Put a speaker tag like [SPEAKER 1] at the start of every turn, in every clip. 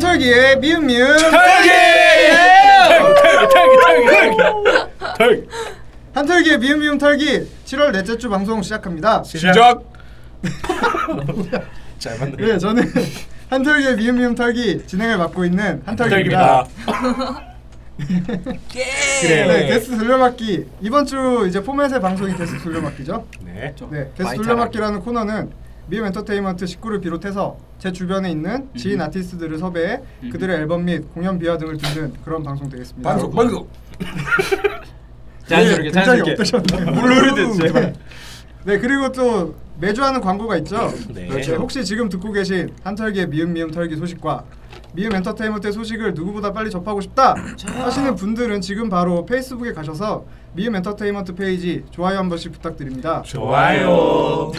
[SPEAKER 1] 털기의 미음미음
[SPEAKER 2] 털
[SPEAKER 1] 한털기의 미음미음 털기 7월 넷째 주 방송 시작합니다
[SPEAKER 2] 시작 잘 만들어
[SPEAKER 1] 네 저는 한털기의 미음미음 털기 진행을 맡고 있는 한털기입니다
[SPEAKER 2] 예. 그래
[SPEAKER 3] 예.
[SPEAKER 1] 네 게스트 돌려막기 이번 주 이제 포맷의 방송이 게스트 돌려막기죠
[SPEAKER 2] 네
[SPEAKER 1] 네, 게스트 돌려막기라는 코너는 미음 엔터테인먼트 식구를 비롯해서 제 주변에 있는
[SPEAKER 3] 음.
[SPEAKER 1] 지인 아티스트들을 섭외해 그들의 앨범 및 공연 비화 등을 듣는 그런 방송 되겠습니다. 네,
[SPEAKER 2] 방송 방송
[SPEAKER 3] 자연스럽게
[SPEAKER 1] 굉장히
[SPEAKER 3] 자연스럽게
[SPEAKER 1] 없다셨네요.
[SPEAKER 3] 물르르듯 제발.
[SPEAKER 1] 네, 그리고 또 매주 하는 광고가 있죠.
[SPEAKER 2] 네.
[SPEAKER 1] 그렇죠. 혹시 지금 듣고 계신 한털기의 미음 미음 털기 소식과 미음 엔터테인먼트의 소식을 누구보다 빨리 접하고 싶다 하시는 분들은 지금 바로 페이스북에 가셔서 미음 엔터테인먼트 페이지 좋아요 한 번씩 부탁드립니다.
[SPEAKER 2] 좋아요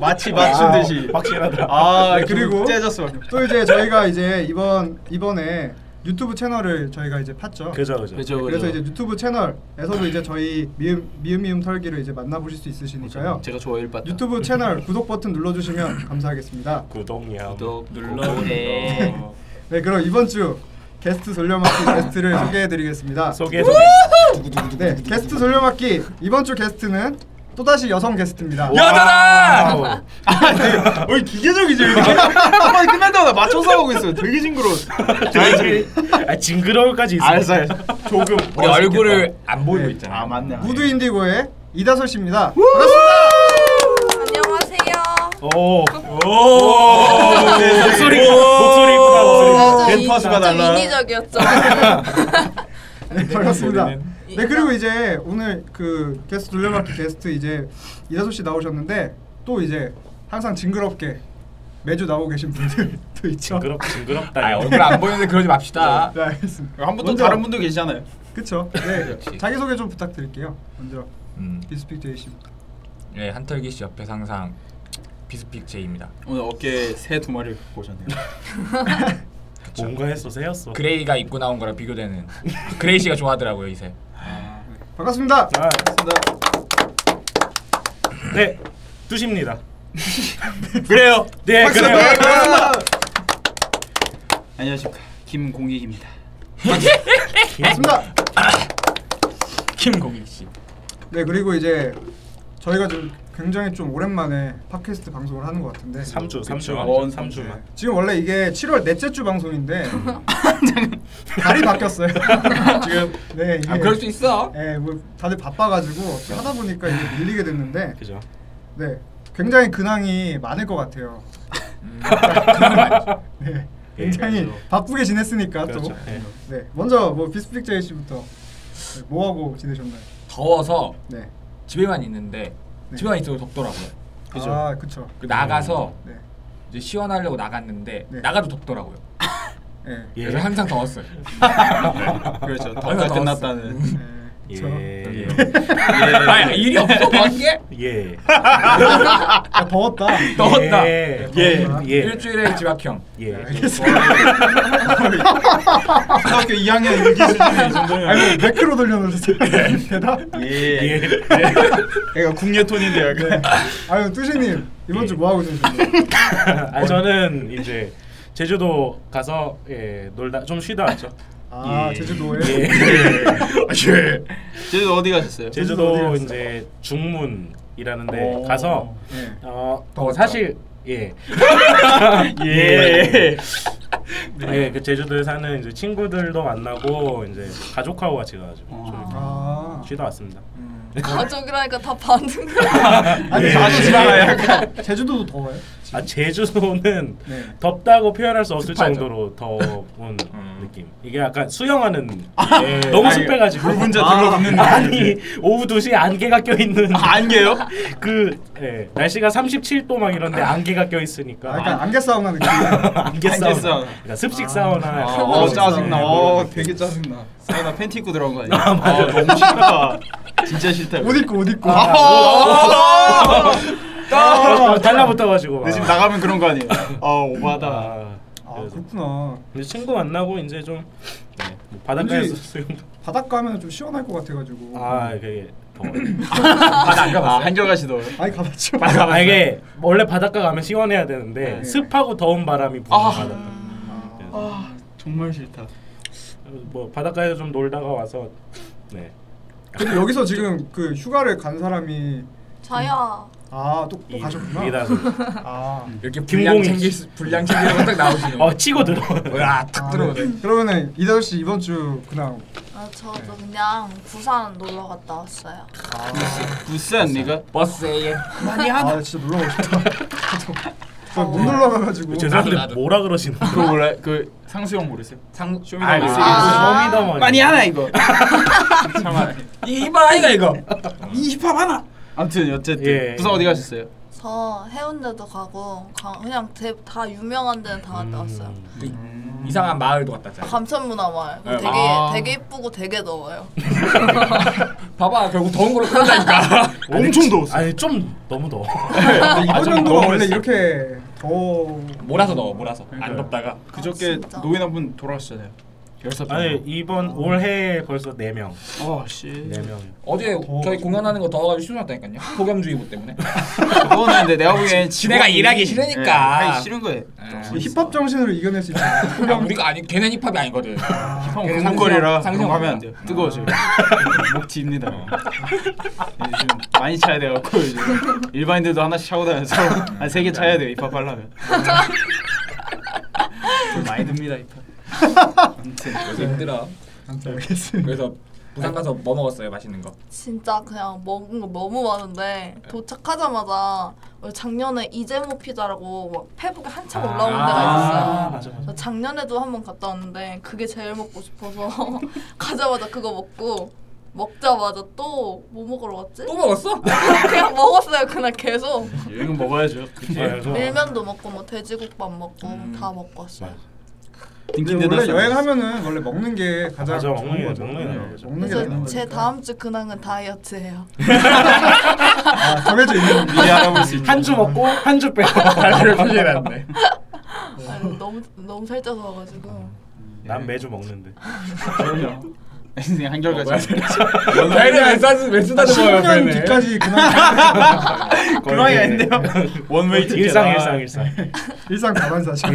[SPEAKER 3] 마치 맞춘
[SPEAKER 2] 와우,
[SPEAKER 3] 듯이
[SPEAKER 2] 확실하다.
[SPEAKER 3] 아
[SPEAKER 1] 네, 그리고-
[SPEAKER 3] 그리고 째졌어
[SPEAKER 1] 또 이제 저희가 이제 이번 이번에 유튜브 채널을 저희가 이제 팠죠.
[SPEAKER 2] 그죠 그죠
[SPEAKER 3] 그죠
[SPEAKER 1] 래서 이제 유튜브 채널에서도 이제 저희 미음 미음 미음 털기를 이제 만나보실 수 있으시니까요.
[SPEAKER 3] 제가 좋아 일봤다
[SPEAKER 1] 유튜브 채널 구독 버튼 눌러주시면 감사하겠습니다.
[SPEAKER 2] 구독요
[SPEAKER 3] 구독 눌러주세요
[SPEAKER 1] 네 그럼 이번 주 게스트 돌려막기 게스트를 소개해드리겠습니다.
[SPEAKER 2] 소개 소개
[SPEAKER 1] 네 게스트 돌려막기 이번 주 게스트는 또다시 여성 게스트입니다.
[SPEAKER 2] 여자다
[SPEAKER 3] 왜 기계적이죠 이렇게 한번 아, 끝날 때마다 맞춰서 하고 있어요 되게 징그러워
[SPEAKER 2] 아 징그러울까지 있어
[SPEAKER 3] 알았어 알았어
[SPEAKER 2] 조금
[SPEAKER 3] 우리 얼굴을
[SPEAKER 2] 안 보이고
[SPEAKER 1] 네.
[SPEAKER 2] 있잖아
[SPEAKER 3] 아 맞네
[SPEAKER 1] 무드 인디고의 이다솔 씨입니다. 반갑습니다.
[SPEAKER 4] 안녕하세요.
[SPEAKER 2] 오. 오. 네, 목소리 목소리 이쁘다 목소리.
[SPEAKER 3] 벤 파수가 달라.
[SPEAKER 4] 인위적이었죠.
[SPEAKER 1] 네, 반갑습니다.
[SPEAKER 2] 우리는.
[SPEAKER 1] 네 그리고 이제 오늘 그 게스트 돌려받기 게스트 이제 이다솜 씨 나오셨는데 또 이제 항상 징그럽게 매주 나오고 계신 분들도 있죠.
[SPEAKER 2] 징그럽 징그럽다.
[SPEAKER 5] 아 얼굴 안 보이는데 그러지 맙시다.
[SPEAKER 1] 네 알겠습니다.
[SPEAKER 3] 한 번도
[SPEAKER 1] 먼저-
[SPEAKER 3] 다른 분도 계시잖아요
[SPEAKER 1] 그쵸. 네
[SPEAKER 5] 역시.
[SPEAKER 1] 자기 소개 좀 부탁드릴게요. 먼저
[SPEAKER 5] 음,
[SPEAKER 1] 비스픽 제이 씨부터.
[SPEAKER 5] 예 한털기 씨 옆에 항상 비스픽 제이입니다.
[SPEAKER 3] 오늘 어깨에 새 두 마리를 갖고 오셨네요
[SPEAKER 2] 뭔가 했어 세였어.
[SPEAKER 5] 그레이가 입고 나온 거랑 비교되는 그레이 씨가 좋아하더라고요 이새.
[SPEAKER 1] 반갑습니다.
[SPEAKER 2] 아, 네 두십니다.
[SPEAKER 3] 그래요
[SPEAKER 2] 네 그래요.
[SPEAKER 3] 안녕하십니까 김공익입니다
[SPEAKER 1] 반갑습니다.
[SPEAKER 5] 아, 김공익 씨.
[SPEAKER 1] 네 그리고 이제 저희가 지금 굉장히 좀 오랜만에 팟캐스트 방송을 하는 것 같은데
[SPEAKER 2] 3주 3주
[SPEAKER 3] 원
[SPEAKER 1] 네.
[SPEAKER 2] 3주만.
[SPEAKER 1] 지금 원래 이게 7월 넷째 주 방송인데 달이 바뀌었어요. 지금 네 이게
[SPEAKER 5] 아 그럴 수 있어. 그렇죠.
[SPEAKER 1] 예, 뭐 다들 바빠가지고 하다 보니까 이게 밀리게 됐는데
[SPEAKER 2] 그죠.
[SPEAKER 1] 네 굉장히 근황이 많을 것 같아요. 네, 굉장히
[SPEAKER 2] 음. 그렇죠.
[SPEAKER 1] 바쁘게 지냈으니까
[SPEAKER 2] 그렇죠.
[SPEAKER 1] 또.
[SPEAKER 2] 네.
[SPEAKER 1] 네, 먼저 뭐 비스픽 제이 씨부터 네, 뭐 하고 지내셨나요?
[SPEAKER 5] 더워서
[SPEAKER 1] 네,
[SPEAKER 5] 집에만 있는데
[SPEAKER 1] 네.
[SPEAKER 5] 집에만 있어도 덥더라고요.
[SPEAKER 2] 그죠.
[SPEAKER 1] 아, 그쵸.
[SPEAKER 5] 그 나가서
[SPEAKER 2] 음.
[SPEAKER 1] 네,
[SPEAKER 5] 이제 시원하려고 나갔는데
[SPEAKER 1] 네.
[SPEAKER 5] 나가도 덥더라고요.
[SPEAKER 1] 예,
[SPEAKER 2] 예.
[SPEAKER 5] 그래서 항상 더웠어요.
[SPEAKER 3] 그렇죠
[SPEAKER 5] 얼마
[SPEAKER 3] 덕가
[SPEAKER 5] 더
[SPEAKER 3] 끝났다는
[SPEAKER 1] 네, 저
[SPEAKER 2] 예.
[SPEAKER 5] 아 일이 없어 밖에.
[SPEAKER 2] 예.
[SPEAKER 1] 아, 더웠다.
[SPEAKER 5] 더웠다.
[SPEAKER 2] 예.
[SPEAKER 3] 예.
[SPEAKER 2] 예.
[SPEAKER 5] 일주일에 집합형.
[SPEAKER 1] 네,
[SPEAKER 2] 예.
[SPEAKER 3] 아, 초등학교 2학년 일기 수준이 이 정도면
[SPEAKER 1] 아니 매크로 돌려놓으셨어요. 대답.
[SPEAKER 3] 예.
[SPEAKER 2] 예.
[SPEAKER 3] 그러니까 국내 톤인데 약간
[SPEAKER 1] 아유 뚜시님 이번
[SPEAKER 2] 예.
[SPEAKER 1] 주 뭐 하고 지내셨나요?
[SPEAKER 2] 아 저는 이제 제주도 가서 예, 놀다 좀 쉬다 왔죠.
[SPEAKER 1] 아
[SPEAKER 2] 예.
[SPEAKER 1] 제주도에.
[SPEAKER 2] 예.
[SPEAKER 3] 제주도 어디 가셨어요?
[SPEAKER 1] 제주도 어디
[SPEAKER 2] 제주도
[SPEAKER 1] 갔어요?
[SPEAKER 2] 이제 중문이라는 데
[SPEAKER 3] 오.
[SPEAKER 2] 가서
[SPEAKER 1] 네.
[SPEAKER 2] 어
[SPEAKER 5] 더웠다.
[SPEAKER 2] 사실 예.
[SPEAKER 3] 예.
[SPEAKER 2] 예, 그 제주도에 사는 이제 친구들도 만나고 이제 가족하고 같이 가가지고 좀
[SPEAKER 1] 아.
[SPEAKER 2] 쉬다 왔습니다.
[SPEAKER 4] 가족이라니까 다 반응.
[SPEAKER 1] 아니
[SPEAKER 2] 예.
[SPEAKER 1] 사실
[SPEAKER 3] 지나가요,
[SPEAKER 1] 약간 제주도도 더워요?
[SPEAKER 2] 아 제주도는
[SPEAKER 1] 네.
[SPEAKER 2] 덥다고 표현할 수 없을
[SPEAKER 5] 습하죠.
[SPEAKER 2] 정도로 더운
[SPEAKER 5] 음.
[SPEAKER 2] 느낌. 이게 약간 수영하는
[SPEAKER 5] 예.
[SPEAKER 2] 너무
[SPEAKER 3] 아니,
[SPEAKER 2] 습해가지고
[SPEAKER 3] 물 분자
[SPEAKER 2] 아,
[SPEAKER 3] 들러붙는
[SPEAKER 2] 아니 오후 2시에 안개가 껴있는
[SPEAKER 3] 아, 안개요?
[SPEAKER 2] 그 예, 날씨가 37도 막 이런데 안개가
[SPEAKER 1] 아,
[SPEAKER 2] 껴있으니까
[SPEAKER 1] 약간 안개 사우나 느낌.
[SPEAKER 2] 안개
[SPEAKER 3] 안개
[SPEAKER 2] 사우나
[SPEAKER 3] 사우나.
[SPEAKER 2] 그러니까 습식 사우나
[SPEAKER 3] 아,
[SPEAKER 2] 약간
[SPEAKER 3] 어
[SPEAKER 2] 그런
[SPEAKER 3] 짜증나.
[SPEAKER 2] 느낌.
[SPEAKER 3] 어 되게 짜증나. 사우나 팬티 입고 들어간 거 아니야? 아, 맞아. 너무 싫다. 진짜 싫다.
[SPEAKER 1] 옷 입고 옷 입고. 아,
[SPEAKER 2] 어, 달라붙어가지고 막.
[SPEAKER 3] 근데 지금 나가면 그런 거 아니에요? 아 오바다.
[SPEAKER 2] 아,
[SPEAKER 1] 아
[SPEAKER 2] 그래서.
[SPEAKER 1] 그렇구나.
[SPEAKER 2] 이제 친구 만나고 이제 좀 네, 뭐 바닷가에서
[SPEAKER 1] 왠지-
[SPEAKER 2] 수영도
[SPEAKER 1] 바닷가 하면 좀 시원할 것 같아가지고.
[SPEAKER 2] 아 그게 더
[SPEAKER 3] 바다 아 한결가시도.
[SPEAKER 1] 아니 가봤죠.
[SPEAKER 2] 아, 이게 원래 바닷가 가면 시원해야 되는데
[SPEAKER 1] 네.
[SPEAKER 2] 습하고 더운 바람이 부는
[SPEAKER 3] 아.
[SPEAKER 2] 바닷가
[SPEAKER 3] 아 정말 싫다.
[SPEAKER 2] 뭐 바닷가에서 좀 놀다가 와서 네.
[SPEAKER 1] 근데 여기서 지금 그 휴가를 간 사람이
[SPEAKER 4] 자야.
[SPEAKER 1] 아또또
[SPEAKER 2] 이-
[SPEAKER 1] 가셨구나.
[SPEAKER 2] 이다수.
[SPEAKER 1] 아.
[SPEAKER 5] 이렇게 불량
[SPEAKER 2] 김공익
[SPEAKER 5] 챙길 수- 불량 챙기고 딱 나오시는
[SPEAKER 2] 어
[SPEAKER 5] 거.
[SPEAKER 2] 치고 들어.
[SPEAKER 5] 와, 탁
[SPEAKER 1] 아,
[SPEAKER 5] 들어오네.
[SPEAKER 1] 네. 그러면은 이다수 씨 이번 주 그냥
[SPEAKER 4] 아, 저도 그냥 부산 놀러 갔다 왔어요.
[SPEAKER 1] 아,
[SPEAKER 3] 부산 네가
[SPEAKER 5] 버스에 많이
[SPEAKER 1] 아 진짜 놀러 가고 싶다. 저못 놀러 가가지고.
[SPEAKER 2] 죄송한데
[SPEAKER 5] 나도, 나도.
[SPEAKER 2] 뭐라 그러시는?
[SPEAKER 3] 그거 몰라 그 상수형 모르세요?
[SPEAKER 5] 상
[SPEAKER 3] 쇼미더머니
[SPEAKER 5] 아,
[SPEAKER 3] 시리즈.
[SPEAKER 2] 쇼미더머니.
[SPEAKER 3] 어, 많이 하나 이거. 참아.
[SPEAKER 5] 이봐 아이가 이거. 이 힙합 하나.
[SPEAKER 3] 아무튼 어쨌든
[SPEAKER 2] 예.
[SPEAKER 3] 부산 어디 가셨어요?
[SPEAKER 4] 저 해운대도 가고 가- 그냥 대, 다 유명한 데는 다 갔다 왔어요.
[SPEAKER 3] 음.
[SPEAKER 5] 이상한 마을도 갔다 왔잖아.
[SPEAKER 4] 감천문화마을.
[SPEAKER 5] 네.
[SPEAKER 4] 되게
[SPEAKER 3] 아.
[SPEAKER 4] 되게 이쁘고 되게 더워요.
[SPEAKER 5] 봐봐 결국 더운 걸로 끝난다니까.
[SPEAKER 3] 엄청 더웠어.
[SPEAKER 2] 아니 좀 너무 더워.
[SPEAKER 1] 근데 이번
[SPEAKER 3] 좀
[SPEAKER 1] 연도가
[SPEAKER 3] 너무
[SPEAKER 1] 원래
[SPEAKER 3] 했어.
[SPEAKER 1] 이렇게 더
[SPEAKER 5] 몰아서 넣어 몰아서 안
[SPEAKER 3] 그러니까요.
[SPEAKER 5] 덥다가.
[SPEAKER 3] 그저께
[SPEAKER 4] 아, 진짜.
[SPEAKER 3] 노인 한 분 돌아가셨잖아요. 열살
[SPEAKER 2] 아니
[SPEAKER 3] 반.
[SPEAKER 2] 이번 올해 벌써 4명.
[SPEAKER 3] 아 씨.
[SPEAKER 2] 4명.
[SPEAKER 5] 어제 저희 공연하는 거 더워가지고 취소났다니까요. 폭염주의보 때문에.
[SPEAKER 3] 그거는 근데 내가 보기엔
[SPEAKER 5] 지네가
[SPEAKER 3] 직원이-
[SPEAKER 5] 일하기 싫으니까.
[SPEAKER 3] 예, 하기 싫은 거예요.
[SPEAKER 5] 예.
[SPEAKER 1] 힙합 정신으로 이겨낼 수 있는.
[SPEAKER 5] 야, 우리가 아니 걔는 힙합이 아니거든.
[SPEAKER 3] 힙합
[SPEAKER 5] 그래서
[SPEAKER 3] 공거리라
[SPEAKER 5] 상승-
[SPEAKER 3] 그런 거 하면
[SPEAKER 5] 상승-
[SPEAKER 3] 안 돼요. 뜨거워져요. 목 뒤입니다. 예, 지금 많이 차야 돼갖고 이제 일반인들도 하나씩 차고 다녀서 한 세 개 차야 돼요. 힙합 하려면. 돈 많이 듭니다 힙합. 아무튼
[SPEAKER 5] 그래서 힘들어.
[SPEAKER 1] 알겠습니다.
[SPEAKER 5] 그래서 부산 가서 뭐 먹었어요 맛있는 거?
[SPEAKER 4] 진짜 그냥 먹은 거 너무 많은데 도착하자마자 원래 작년에 이재모 피자라고 막 페북에 한참 올라온 데가
[SPEAKER 2] 아,
[SPEAKER 4] 있었어요.
[SPEAKER 2] 맞아 맞아.
[SPEAKER 4] 저 작년에도 한 번 갔다 왔는데 그게 제일 먹고 싶어서 가자마자 그거 먹고 먹자마자 또 뭐 먹으러 갔지?
[SPEAKER 5] 또 먹었어?
[SPEAKER 4] 그냥 먹었어요 그날 계속
[SPEAKER 3] 여행은 먹어야죠.
[SPEAKER 2] 네, 그래서
[SPEAKER 4] 밀면도 먹고 뭐 돼지국밥 먹고 다 먹고 왔어요.
[SPEAKER 3] 인기
[SPEAKER 1] 근데 원래
[SPEAKER 3] 대단하다.
[SPEAKER 1] 여행하면은 원래 먹는 게 가장
[SPEAKER 2] 맞아 먹는
[SPEAKER 1] 좋은
[SPEAKER 2] 게
[SPEAKER 1] 거죠. 네,
[SPEAKER 2] 먹는 게 나은 거죠.
[SPEAKER 1] 먹는 게 나은
[SPEAKER 4] 그래서 제
[SPEAKER 1] 거니까.
[SPEAKER 4] 다음 주 근황은 다이어트예요.
[SPEAKER 1] 아, 정해져 있는
[SPEAKER 3] 미리 알아볼 수 있는.
[SPEAKER 2] 한 주 먹고 한 주 빼고
[SPEAKER 5] 발라를 표시해놨네.
[SPEAKER 4] 아니, 너무 너무 살쪄서 와가지고
[SPEAKER 2] 난 매주 먹는데.
[SPEAKER 3] 그럼요. 인생
[SPEAKER 5] 뭐야?
[SPEAKER 3] 한결같이.
[SPEAKER 5] 발을 왜 쓰다 왜 쓰다듬어
[SPEAKER 1] 10년 뒤까지 그냥
[SPEAKER 3] 그런 게 아닌데요. 원웨이 티켓.
[SPEAKER 2] 일상
[SPEAKER 3] 아,
[SPEAKER 2] 일상 일상.
[SPEAKER 1] 일상 가만 사실.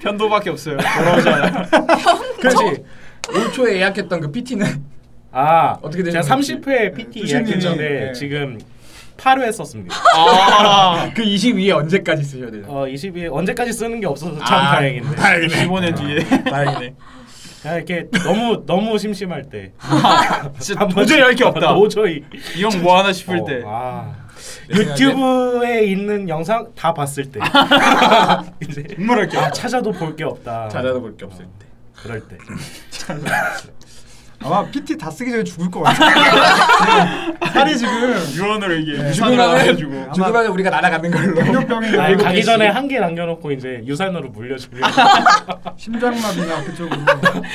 [SPEAKER 3] 편도밖에 없어요. 돌아오지 않아요.
[SPEAKER 5] 그렇지. 5초에 예약했던 그 PT는
[SPEAKER 2] 아
[SPEAKER 5] 어떻게 되는
[SPEAKER 2] 제가
[SPEAKER 5] 거지?
[SPEAKER 2] 30회 PT
[SPEAKER 1] 뚜신님이,
[SPEAKER 2] 예약했는데
[SPEAKER 1] 예.
[SPEAKER 2] 네, 지금 8회 썼습니다.
[SPEAKER 5] 아, 그 22에 언제까지 쓰셔야 되나?
[SPEAKER 2] 어 22회 언제까지 쓰는 게 없어서 참 다행인데.
[SPEAKER 5] 다행이네.
[SPEAKER 3] 15년 뒤에.
[SPEAKER 5] 어, 다행이네.
[SPEAKER 2] 그냥 이렇게 너무 너무 심심할 때. 어,
[SPEAKER 3] 진짜 도저히 할게 없다.
[SPEAKER 2] 도저히.
[SPEAKER 3] 이 형 뭐 하나 싶을 때.
[SPEAKER 2] 어, 아.
[SPEAKER 5] 내
[SPEAKER 2] 유튜브에 있는 영상 다 봤을 때 이제
[SPEAKER 3] 정말 할게
[SPEAKER 2] 아, 찾아도 볼 게 없다. 어,
[SPEAKER 5] 찾아도 볼 게 없을 때.
[SPEAKER 2] 그럴 때.
[SPEAKER 1] 아마 PT 다 쓰기 전에 죽을 것 같아. 살이 지금
[SPEAKER 3] 유언으로 이게
[SPEAKER 1] 네.
[SPEAKER 3] 유산으로
[SPEAKER 5] 죽으면
[SPEAKER 3] 해가지고
[SPEAKER 5] 죽으면 우리가 날아가는 걸로.
[SPEAKER 1] 당뇨병이나
[SPEAKER 2] 아니, 가기
[SPEAKER 1] 계시-
[SPEAKER 2] 전에 한 개 남겨놓고 이제 유산으로 물려주려.
[SPEAKER 1] 심장마비나 그쪽으로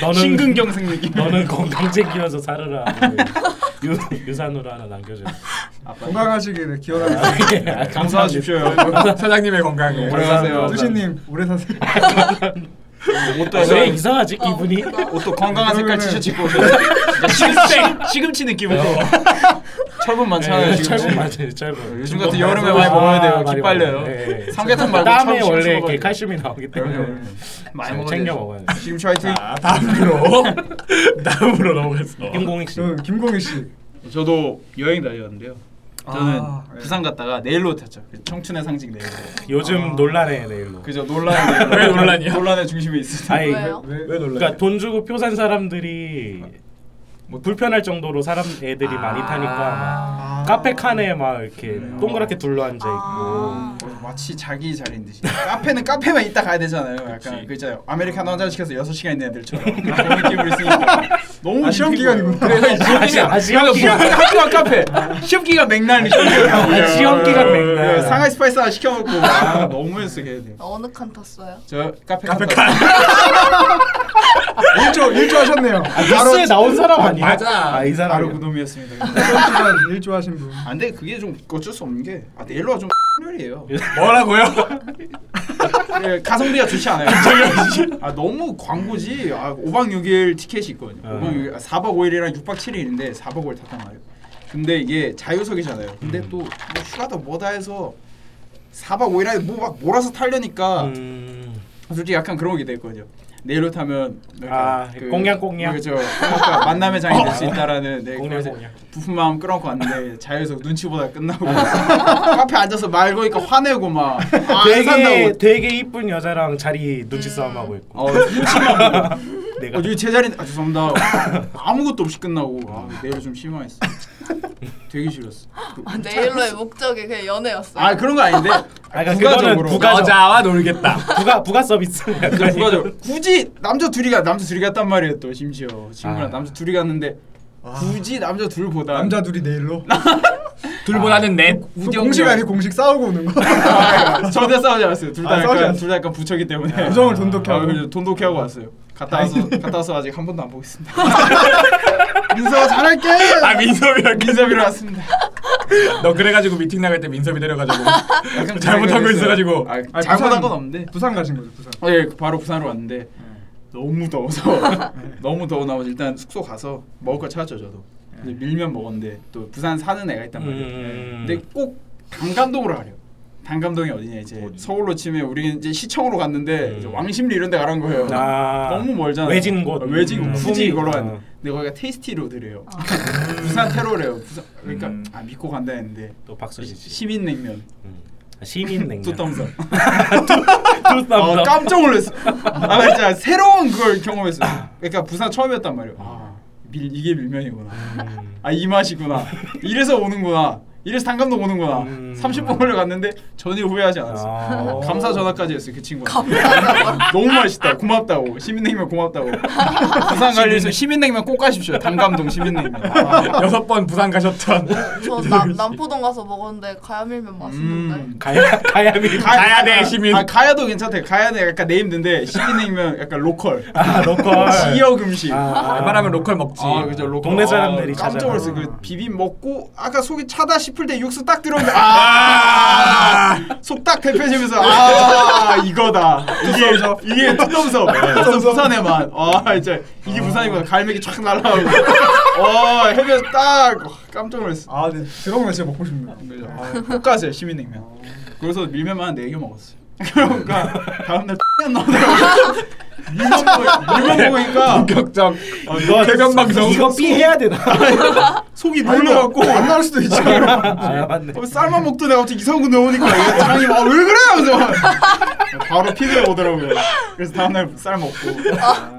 [SPEAKER 2] 너는
[SPEAKER 3] 심근경색 느낌.
[SPEAKER 2] 너는 건강 챙기면서 살아라. 유, 유산으로 하나 남겨줘.
[SPEAKER 1] 건강하시길
[SPEAKER 2] 네,
[SPEAKER 1] 기원합니다.
[SPEAKER 3] 감사하십시오.
[SPEAKER 5] 사장님의 건강에.
[SPEAKER 3] 오래 가세요.
[SPEAKER 1] 두신님 오래 사세요.
[SPEAKER 3] 옷도
[SPEAKER 2] 아, 왜
[SPEAKER 3] 약간-
[SPEAKER 2] 이상하지 기분이? 네,
[SPEAKER 4] 어, 그거.
[SPEAKER 3] 옷도 건강한 색깔
[SPEAKER 1] 그러면은-
[SPEAKER 3] 티셔츠 입고 오세요. 시금치 시금치 느낌으로. 철분 많잖아요.
[SPEAKER 2] 네,
[SPEAKER 3] 지금.
[SPEAKER 2] 짧은 맞아요, 짧은. 네. 아,
[SPEAKER 3] 요즘 같은 여름에 많이 먹어야 돼요.
[SPEAKER 2] 많이
[SPEAKER 3] 기빨려요.
[SPEAKER 2] 먹어요. 예, 예.
[SPEAKER 3] 삼계탕 말고
[SPEAKER 2] 땀에
[SPEAKER 3] 참치
[SPEAKER 2] 원래
[SPEAKER 3] 먹어야
[SPEAKER 2] 이렇게
[SPEAKER 3] 돼요.
[SPEAKER 2] 칼슘이 나오기
[SPEAKER 3] 네.
[SPEAKER 2] 때문에
[SPEAKER 3] 많이
[SPEAKER 2] 잘
[SPEAKER 3] 먹어야
[SPEAKER 2] 챙겨
[SPEAKER 3] 되죠.
[SPEAKER 2] 먹어야 돼.
[SPEAKER 3] 시금치 화이팅.
[SPEAKER 5] 아, 다음으로 다음으로 넘어갔어.
[SPEAKER 2] 김공익 씨.
[SPEAKER 1] 저 김공희 씨.
[SPEAKER 3] 저도 여행 다녔는데요. 저는
[SPEAKER 1] 아, 예.
[SPEAKER 3] 부산 갔다가 내일로 탔죠. 그 청춘의 상징 내일로.
[SPEAKER 2] 요즘 논란의 내일로.
[SPEAKER 3] 아. 그죠 그, 논란.
[SPEAKER 5] 왜 논란이야?
[SPEAKER 3] 논란의 중심에 있었죠.
[SPEAKER 2] 아니,
[SPEAKER 4] 왜요?
[SPEAKER 1] 왜?
[SPEAKER 5] 왜 놀라?
[SPEAKER 2] 그러니까 돈 주고 표 산 사람들이 뭐 불편할 정도로 사람 애들이 많이 타니까
[SPEAKER 1] 아.
[SPEAKER 2] 막 카페 칸에 막 이렇게
[SPEAKER 5] 네.
[SPEAKER 2] 동그랗게 둘러앉아 있고
[SPEAKER 4] 아.
[SPEAKER 3] 마치 자기 자리인 듯이 카페는 카페만 있다 가야 되잖아요. 약간 그 있잖아요. 아메리카노 한잔 시켜서 6시간 있는 애들처럼 그런 느낌을 쓰니까 너무
[SPEAKER 1] 아, 시험
[SPEAKER 3] 인피고요.
[SPEAKER 1] 기간이구나.
[SPEAKER 3] 그래서 이 시험
[SPEAKER 2] 아시-
[SPEAKER 3] 기간
[SPEAKER 2] 아, 시험 기간.
[SPEAKER 3] 학교와 카페 시험 기간 맥날이
[SPEAKER 2] 아, 시험 기간 맥날.
[SPEAKER 3] 상하이 스파이스 하나 시켜먹고 아, 너무했어 걔들
[SPEAKER 4] 어느 칸 탔어요?
[SPEAKER 3] 저 카페 카페 카
[SPEAKER 1] 일조 일조 하셨네요.
[SPEAKER 3] 아,
[SPEAKER 2] 뉴스에 나온 사람 아니야?
[SPEAKER 5] 맞아.
[SPEAKER 2] 아, 이 사람.
[SPEAKER 3] 바로 그놈이었습니다.
[SPEAKER 1] 일주간 일조 하신 분.
[SPEAKER 3] 안돼 아, 그게 좀 어쩔 수 없는 게 아, 내일로가 좀 X열이에요.
[SPEAKER 5] 뭐라고요?
[SPEAKER 3] 예, 가성비가 좋지 않아요. 아 너무 광고지. 아 5박 6일 티켓이 있거든요.
[SPEAKER 2] 어.
[SPEAKER 3] 5박 6일, 아, 4박 5일이랑 6박 7일인데 4박 5일 탔단 말이에요. 근데 이게 자유석이잖아요.
[SPEAKER 2] 음.
[SPEAKER 3] 근데 또뭐 뭐 휴가다 뭐다 해서 4박 5일 안에 뭐막 몰아서 타려니까
[SPEAKER 2] 음.
[SPEAKER 3] 솔직히 약간 그런 게 있거든요. 내일로 타면 그러니까
[SPEAKER 2] 아, 어. 꽁냥꽁냥.
[SPEAKER 3] 그죠. 그러니까 만남의 장이 될 수 있다라는 내
[SPEAKER 2] 꽁냥꽁냥.
[SPEAKER 3] 네, 그래서 부푼 마음 끌어안고 왔는데 자유에서 눈치보다 끝나고 카페 앉아서 말 거니까 화내고 막 아, 안
[SPEAKER 2] 되게
[SPEAKER 3] 산다고.
[SPEAKER 2] 되게 이쁜 여자랑 자리 눈치 싸움하고 있고
[SPEAKER 3] 어 눈치만. 보고.
[SPEAKER 2] 내가
[SPEAKER 3] 어, 여기 제자리 아 죄송합니다. 아무것도 없이 끝나고 아, 내일 좀 실망했어. 되게 싫었어. 그-
[SPEAKER 4] 아, 네일러의 목적이 그냥 연애였어요.
[SPEAKER 3] 아 그런 거 아닌데.
[SPEAKER 2] 아, 그러니까 그거는 부가- 부가적.
[SPEAKER 5] 여자와 놀겠다.
[SPEAKER 2] 부가 부가 서비스
[SPEAKER 3] 근데 부가적 굳이 남자 둘이 가 남자 둘이 갔단 말이에요 또 심지어 친구랑
[SPEAKER 2] 아.
[SPEAKER 3] 남자 둘이 갔는데 굳이 남자 둘보다
[SPEAKER 1] 아. 남자 둘이 내일로?
[SPEAKER 5] 둘보다는 넷.
[SPEAKER 1] 그 공식 아니 공식 싸우고 오는 거?
[SPEAKER 3] 아, 전혀 싸우지 않았어요 둘 다
[SPEAKER 1] 아, 싸우지
[SPEAKER 3] 약간
[SPEAKER 1] 않았어요?
[SPEAKER 3] 둘 다 약간 부처기 때문에
[SPEAKER 1] 우정을 돈독히 하고.
[SPEAKER 3] 아, 그죠. 돈독히 하고 왔어요 갔다 와서 갔다 와서 아직 한 번도 안 보고 있습니다 민서 잘할게
[SPEAKER 5] 아 민섭이랑
[SPEAKER 3] 민섭이로 왔습니다
[SPEAKER 5] 너 그래가지고 미팅 나갈 때 민섭이 데려가지고
[SPEAKER 3] 약간
[SPEAKER 5] 잘못한 거 있어가지고.
[SPEAKER 3] 아,
[SPEAKER 1] 아니,
[SPEAKER 3] 잘못한
[SPEAKER 1] 부산-
[SPEAKER 3] 건 없는데
[SPEAKER 1] 부산 가신 거죠 부산.
[SPEAKER 3] 아, 예, 바로 부산으로
[SPEAKER 2] 네.
[SPEAKER 3] 왔는데 너무 더워서 너무 더워 나머지 일단 숙소 가서 먹을 거 찾았죠 저도 근데 밀면 먹었는데 또 부산 사는 애가 있단 말이에요
[SPEAKER 2] 네. 음.
[SPEAKER 3] 근데 꼭 강감동으로 가래요 강감동이 어디냐 이제 서울로 치면 우리는 이제 시청으로 갔는데
[SPEAKER 2] 음.
[SPEAKER 3] 이제 왕십리 이런 데 가란 거예요
[SPEAKER 2] 아.
[SPEAKER 3] 너무 멀잖아
[SPEAKER 2] 외진 곳.
[SPEAKER 3] 어, 외진 곳
[SPEAKER 2] 음.
[SPEAKER 3] 굳이 이걸로 갔는데
[SPEAKER 2] 어.
[SPEAKER 3] 근데 거기가 테이스티 로드래요 부산 테러래요 부산 그러니까
[SPEAKER 5] 음.
[SPEAKER 3] 아 믿고 간다 했는데
[SPEAKER 2] 또 박수지지.
[SPEAKER 3] 시민냉면
[SPEAKER 2] 음. 시민 냉면.
[SPEAKER 3] 두 땀사
[SPEAKER 2] 두
[SPEAKER 3] 어,
[SPEAKER 2] 땀.
[SPEAKER 3] 깜짝 놀랐어. 아, 나 진짜 새로운 그걸 경험했어. 그러니까 부산 처음이었단 말이야. 아, 밀, 이게 밀면이구나.
[SPEAKER 2] 음.
[SPEAKER 3] 아, 이 맛이구나. 이래서 오는구나. 이래서 단감동 오는구나.
[SPEAKER 2] 음.
[SPEAKER 3] 30분 걸려 갔는데 전혀 후회하지 않았어.
[SPEAKER 2] 아.
[SPEAKER 3] 감사 전화까지 했어 그 친구. 너무 맛있다. 고맙다고. 시민냉면 고맙다고. 부산 관리에서 시민냉면 꼭 가십시오. 단감동 시민냉면. 아,
[SPEAKER 5] 여섯 번 부산 가셨던
[SPEAKER 4] 저 남, 남포동 가서 먹었는데 가야밀면 맛있는데.
[SPEAKER 3] 음.
[SPEAKER 2] 가야 가야미.
[SPEAKER 3] 가-
[SPEAKER 5] 가야 돼, 시민.
[SPEAKER 3] 아, 가야도 괜찮대. 가야는 약간 네임드인데 시민냉면 약간 로컬.
[SPEAKER 2] 아 로컬. 아,
[SPEAKER 3] 지역 음식.
[SPEAKER 5] 웬만하면 로컬 먹지.
[SPEAKER 3] 아, 그죠. 로컬.
[SPEAKER 2] 동네 사람들이
[SPEAKER 3] 아, 깜짝
[SPEAKER 2] 찾아가.
[SPEAKER 3] 놀랐어요. 그 비빔 먹고 아까 속이 차다 싶을 때 육수 딱 들어오면 아! 속딱 대표지면서 아, 이거다. 이게 이게 뚜덤섬. 뚜덤섬 부산에만. 아, 진짜 이게 부산이구나. 갈매기 촥 날라오고. 와, 해변 딱 와, 깜짝 놀랐어.
[SPEAKER 1] 아, 네. 들어보면 진짜 먹고 싶네요.
[SPEAKER 3] 그죠. 아, 꼭 가세요. 시민냉면. 그래서 밀면만 4개 먹었어요. 그러니까 다음 날 X년 나오더라고. 밀면 먹- 밀면 먹으니까 어,
[SPEAKER 5] 본격적.
[SPEAKER 2] 이거
[SPEAKER 5] 개명 방송.
[SPEAKER 2] 이거 삐해야 되나?
[SPEAKER 3] 속이 놀라갖고
[SPEAKER 1] 안 나올 수도 있지.
[SPEAKER 2] 아 맞네.
[SPEAKER 3] 어, 쌀만 먹던 내가 갑자기 이상한 거 넣으니까 이게 장이 막 왜 그래 하면서 바로 피드가 오더라고요. 그래서 다음날 쌀 먹고 아,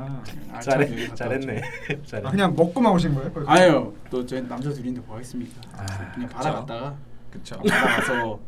[SPEAKER 3] 아, 참 여기
[SPEAKER 2] 잘해
[SPEAKER 3] 갔다
[SPEAKER 2] 잘했네. 잘해.
[SPEAKER 1] 아, 그냥 먹고만 오신 거예요?
[SPEAKER 3] 왔죠.
[SPEAKER 1] 거기?
[SPEAKER 3] 아니요, 또 저희 남자 둘인데 뭐 하겠습니까? 그냥 받아갔다가
[SPEAKER 5] 그쵸.
[SPEAKER 3] 받아가서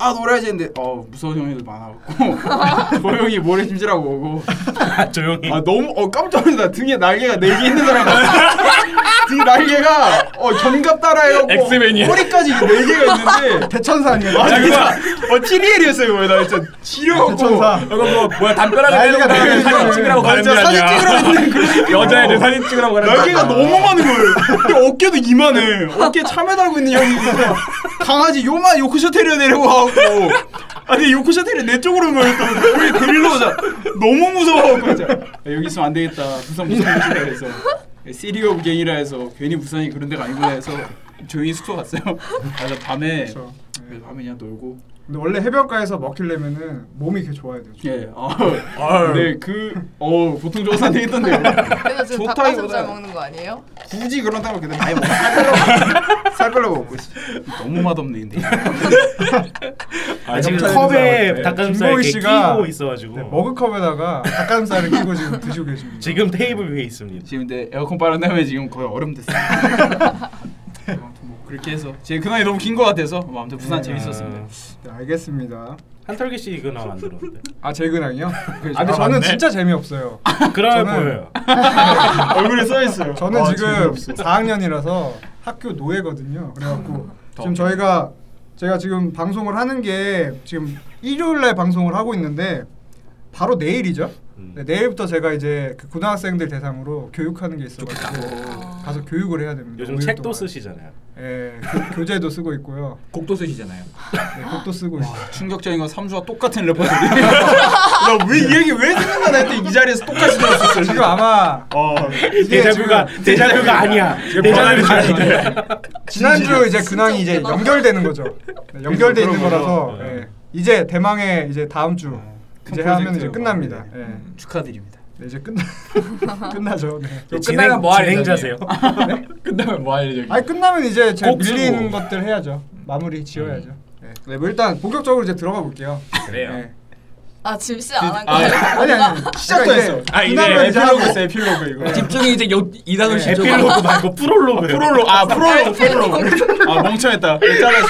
[SPEAKER 3] 아 놀아야지 했는데 어 무서운 형이들 많아갖고 고영이 모래 짐질하고 오고
[SPEAKER 2] 아, 조용히.
[SPEAKER 3] 아 너무 어 깜짝 놀랐다 등에 날개가 네 개 있는 사람 같아. 등 날개가 어 견갑 따라해갖고
[SPEAKER 5] 엑스맨이야.
[SPEAKER 3] 허리까지 이게 네 개가 있는데
[SPEAKER 1] 대천사 아니에요?
[SPEAKER 3] 맞아 그거 어 TDL이었어요 그거 나 진짜 지려고
[SPEAKER 1] 대천사.
[SPEAKER 2] 아,
[SPEAKER 5] 이거 뭐 뭐야 담벼락에
[SPEAKER 1] 난리가 나네.
[SPEAKER 5] 내려가면 사진 찍으라고 가는 게
[SPEAKER 3] 진짜 사진
[SPEAKER 5] 아니야.
[SPEAKER 3] 찍으라고 했는데 아. 그런 느낌.
[SPEAKER 5] 여자애들 사진 찍으라고 가는 거
[SPEAKER 3] 날개가 너무 많은 거예요 근데 어깨도 이만해 어깨 참에 달고 있는 형이 있어요. 강아지 요만 요크셔테리어 내려고 하고 아니 요크셔테리어 내 쪽으로 오면 또 우리 데리러 오자 너무 무서워 진짜 야, 여기 있으면 안 되겠다 부산 무슨 곳이라 해서 예, 시리오 갱이라 해서 괜히 부산이 그런 데가 아니구나 해서 조용히 숙소 갔어요 그래서 밤에
[SPEAKER 1] 그렇죠. 예.
[SPEAKER 3] 밤에 그냥 놀고
[SPEAKER 1] 근데 원래 해변가에서 먹히려면은 몸이 이렇게 좋아야 돼요.
[SPEAKER 3] 예. 아. 근데 그 어, 보통 저거 안 되겠던데요.
[SPEAKER 4] 그래서 지금 닭가슴살 먹는 거 아니에요?
[SPEAKER 3] 굳이 그런 탕을 그냥 많이 먹어. 살 빼려고- 살 빼려고 먹고 있어. 너무 맛없네 근데.
[SPEAKER 2] 아, 지금
[SPEAKER 1] 영철
[SPEAKER 2] 컵에
[SPEAKER 1] 인사할 때
[SPEAKER 2] 닭가슴살
[SPEAKER 1] 김보희
[SPEAKER 2] 이렇게
[SPEAKER 1] 씨가
[SPEAKER 2] 끼고 있어가지고
[SPEAKER 1] 네, 머그컵에다가 닭가슴살을 끼고 지금 드시고 계십니다.
[SPEAKER 2] 지금 테이블 위에 있습니다.
[SPEAKER 3] 지금 근데 에어컨 빠른 다음에 지금 거의 얼음 됐어. 아무튼 뭐 그렇게 해서 제 근황이 너무 긴 것 같아서 뭐 아무튼 부산 재밌었습니다.
[SPEAKER 1] 네, 알겠습니다.
[SPEAKER 2] 한털기 씨 이거 나안 들었는데.
[SPEAKER 1] 아, 제 근황이요?
[SPEAKER 3] 그
[SPEAKER 1] 아, 근데
[SPEAKER 5] 잘
[SPEAKER 1] 저는
[SPEAKER 5] 맞네.
[SPEAKER 1] 진짜 재미없어요.
[SPEAKER 2] 그래
[SPEAKER 1] 저는-
[SPEAKER 2] 보여요.
[SPEAKER 3] 얼굴에 써 있어요.
[SPEAKER 1] 저는
[SPEAKER 3] 아,
[SPEAKER 1] 지금
[SPEAKER 3] 재미없어.
[SPEAKER 1] 4학년이라서 학교 노예거든요.
[SPEAKER 2] 음.
[SPEAKER 1] 그래갖고 지금
[SPEAKER 5] 더워.
[SPEAKER 1] 저희가 제가 지금 방송을 하는 게 지금 일요일 날 방송을 하고 있는데 바로 내일이죠.
[SPEAKER 2] 음.
[SPEAKER 1] 네, 내일부터 제가 이제 그 고등학생들 대상으로 교육하는 게 있어가지고 가서 교육을 해야 됩니다.
[SPEAKER 2] 아. 요즘
[SPEAKER 1] 오일
[SPEAKER 2] 책도
[SPEAKER 1] 동안.
[SPEAKER 2] 쓰시잖아요.
[SPEAKER 1] 예, 교, 교재도 쓰고 있고요.
[SPEAKER 5] 곡도 쓰시잖아요.
[SPEAKER 1] 네, 곡도 쓰고 있어요.
[SPEAKER 3] 충격적인 건 3주와 똑같은 레퍼토리. 나왜 이 얘기 왜 생각나 했더니 이 자리에서 똑같이 들었었어.
[SPEAKER 1] 지금 아마
[SPEAKER 3] 어.
[SPEAKER 1] 이게
[SPEAKER 2] 데자뷰가
[SPEAKER 1] 지금
[SPEAKER 2] 데자뷰가 아니야. 데자뷰가 아니야. 네.
[SPEAKER 1] 지난주 이제 근황이 이제
[SPEAKER 4] 웃기다.
[SPEAKER 1] 연결되는 거죠. 네, 연결돼 있는
[SPEAKER 3] 그런 거죠.
[SPEAKER 1] 거라서
[SPEAKER 2] 네.
[SPEAKER 1] 예. 이제 대망의 이제 다음 주 이제 하면 이제
[SPEAKER 3] 프로젝트를
[SPEAKER 1] 끝납니다. 예.
[SPEAKER 3] 음, 축하드립니다.
[SPEAKER 1] 네, 이제 끝나 끝나죠. 네.
[SPEAKER 5] 끝나면 뭐 하려고
[SPEAKER 2] 진행자세요?
[SPEAKER 5] 끝나면 뭐 할
[SPEAKER 1] 아니
[SPEAKER 5] 예정이에요?
[SPEAKER 1] 끝나면 이제 제
[SPEAKER 5] 꼭
[SPEAKER 1] 밀린
[SPEAKER 5] 쓰고.
[SPEAKER 1] 것들 해야죠. 마무리 지어야죠. 네. 네, 뭐 일단 본격적으로 이제 들어가 볼게요.
[SPEAKER 5] 그래요.
[SPEAKER 1] 네.
[SPEAKER 4] 아 질시 안한
[SPEAKER 1] 아,
[SPEAKER 4] 거예요?
[SPEAKER 1] 아니 아니 시작도 했어.
[SPEAKER 5] 아, 이제
[SPEAKER 3] 네,
[SPEAKER 1] 에필로그 있어 에필로그 이거.
[SPEAKER 5] 집중이 이제 요, 이 단어 집중.
[SPEAKER 2] 에필로그 말고 프롤로그예요.
[SPEAKER 3] 프롤로그 아 프롤로그 프롤로그 아 멍청했다 잘라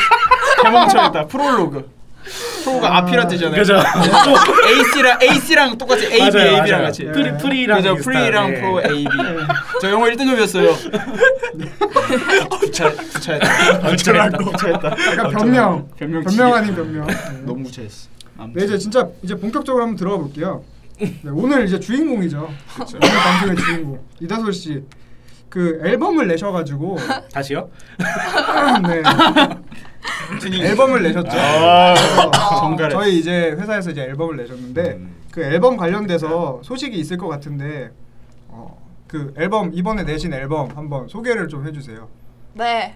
[SPEAKER 3] 개멍청했다 프롤로그 프로가 아피라 뜻이잖아요
[SPEAKER 2] 그죠?
[SPEAKER 3] AC랑 AC랑 똑같이 AB
[SPEAKER 2] 맞아요,
[SPEAKER 3] AB랑
[SPEAKER 2] 맞아요.
[SPEAKER 3] 같이
[SPEAKER 2] 프리 프리랑
[SPEAKER 3] 그죠
[SPEAKER 2] 비슷한,
[SPEAKER 3] 프리랑
[SPEAKER 2] 예.
[SPEAKER 3] 프로 AB 저 영어 1등급이었어요 부차 부차했다
[SPEAKER 2] 네. 부차했다. 어,
[SPEAKER 3] 부차했다
[SPEAKER 1] 약간 그러니까 변명.
[SPEAKER 3] 아, 변명
[SPEAKER 1] 변명
[SPEAKER 3] 지게.
[SPEAKER 1] 아닌 변명. 네.
[SPEAKER 3] 너무 부차했어 안
[SPEAKER 1] 네 이제 진짜 이제 본격적으로 한번 들어가 볼게요. 네, 오늘 이제 주인공이죠. 오늘 방송의 주인공 이다솔 씨. 그 앨범을 내셔가지고
[SPEAKER 2] 다시요?
[SPEAKER 1] 네,
[SPEAKER 3] 부차했어.
[SPEAKER 1] 앨범을 내셨죠.
[SPEAKER 3] 아,
[SPEAKER 1] 그래서
[SPEAKER 3] 정갈해.
[SPEAKER 1] 저희 이제 회사에서 이제 앨범을 내셨는데
[SPEAKER 2] 음.
[SPEAKER 1] 그 앨범 관련돼서 소식이 있을 것 같은데 어, 그 앨범 이번에 내신 앨범 한번 소개를 좀 해주세요.
[SPEAKER 4] 네.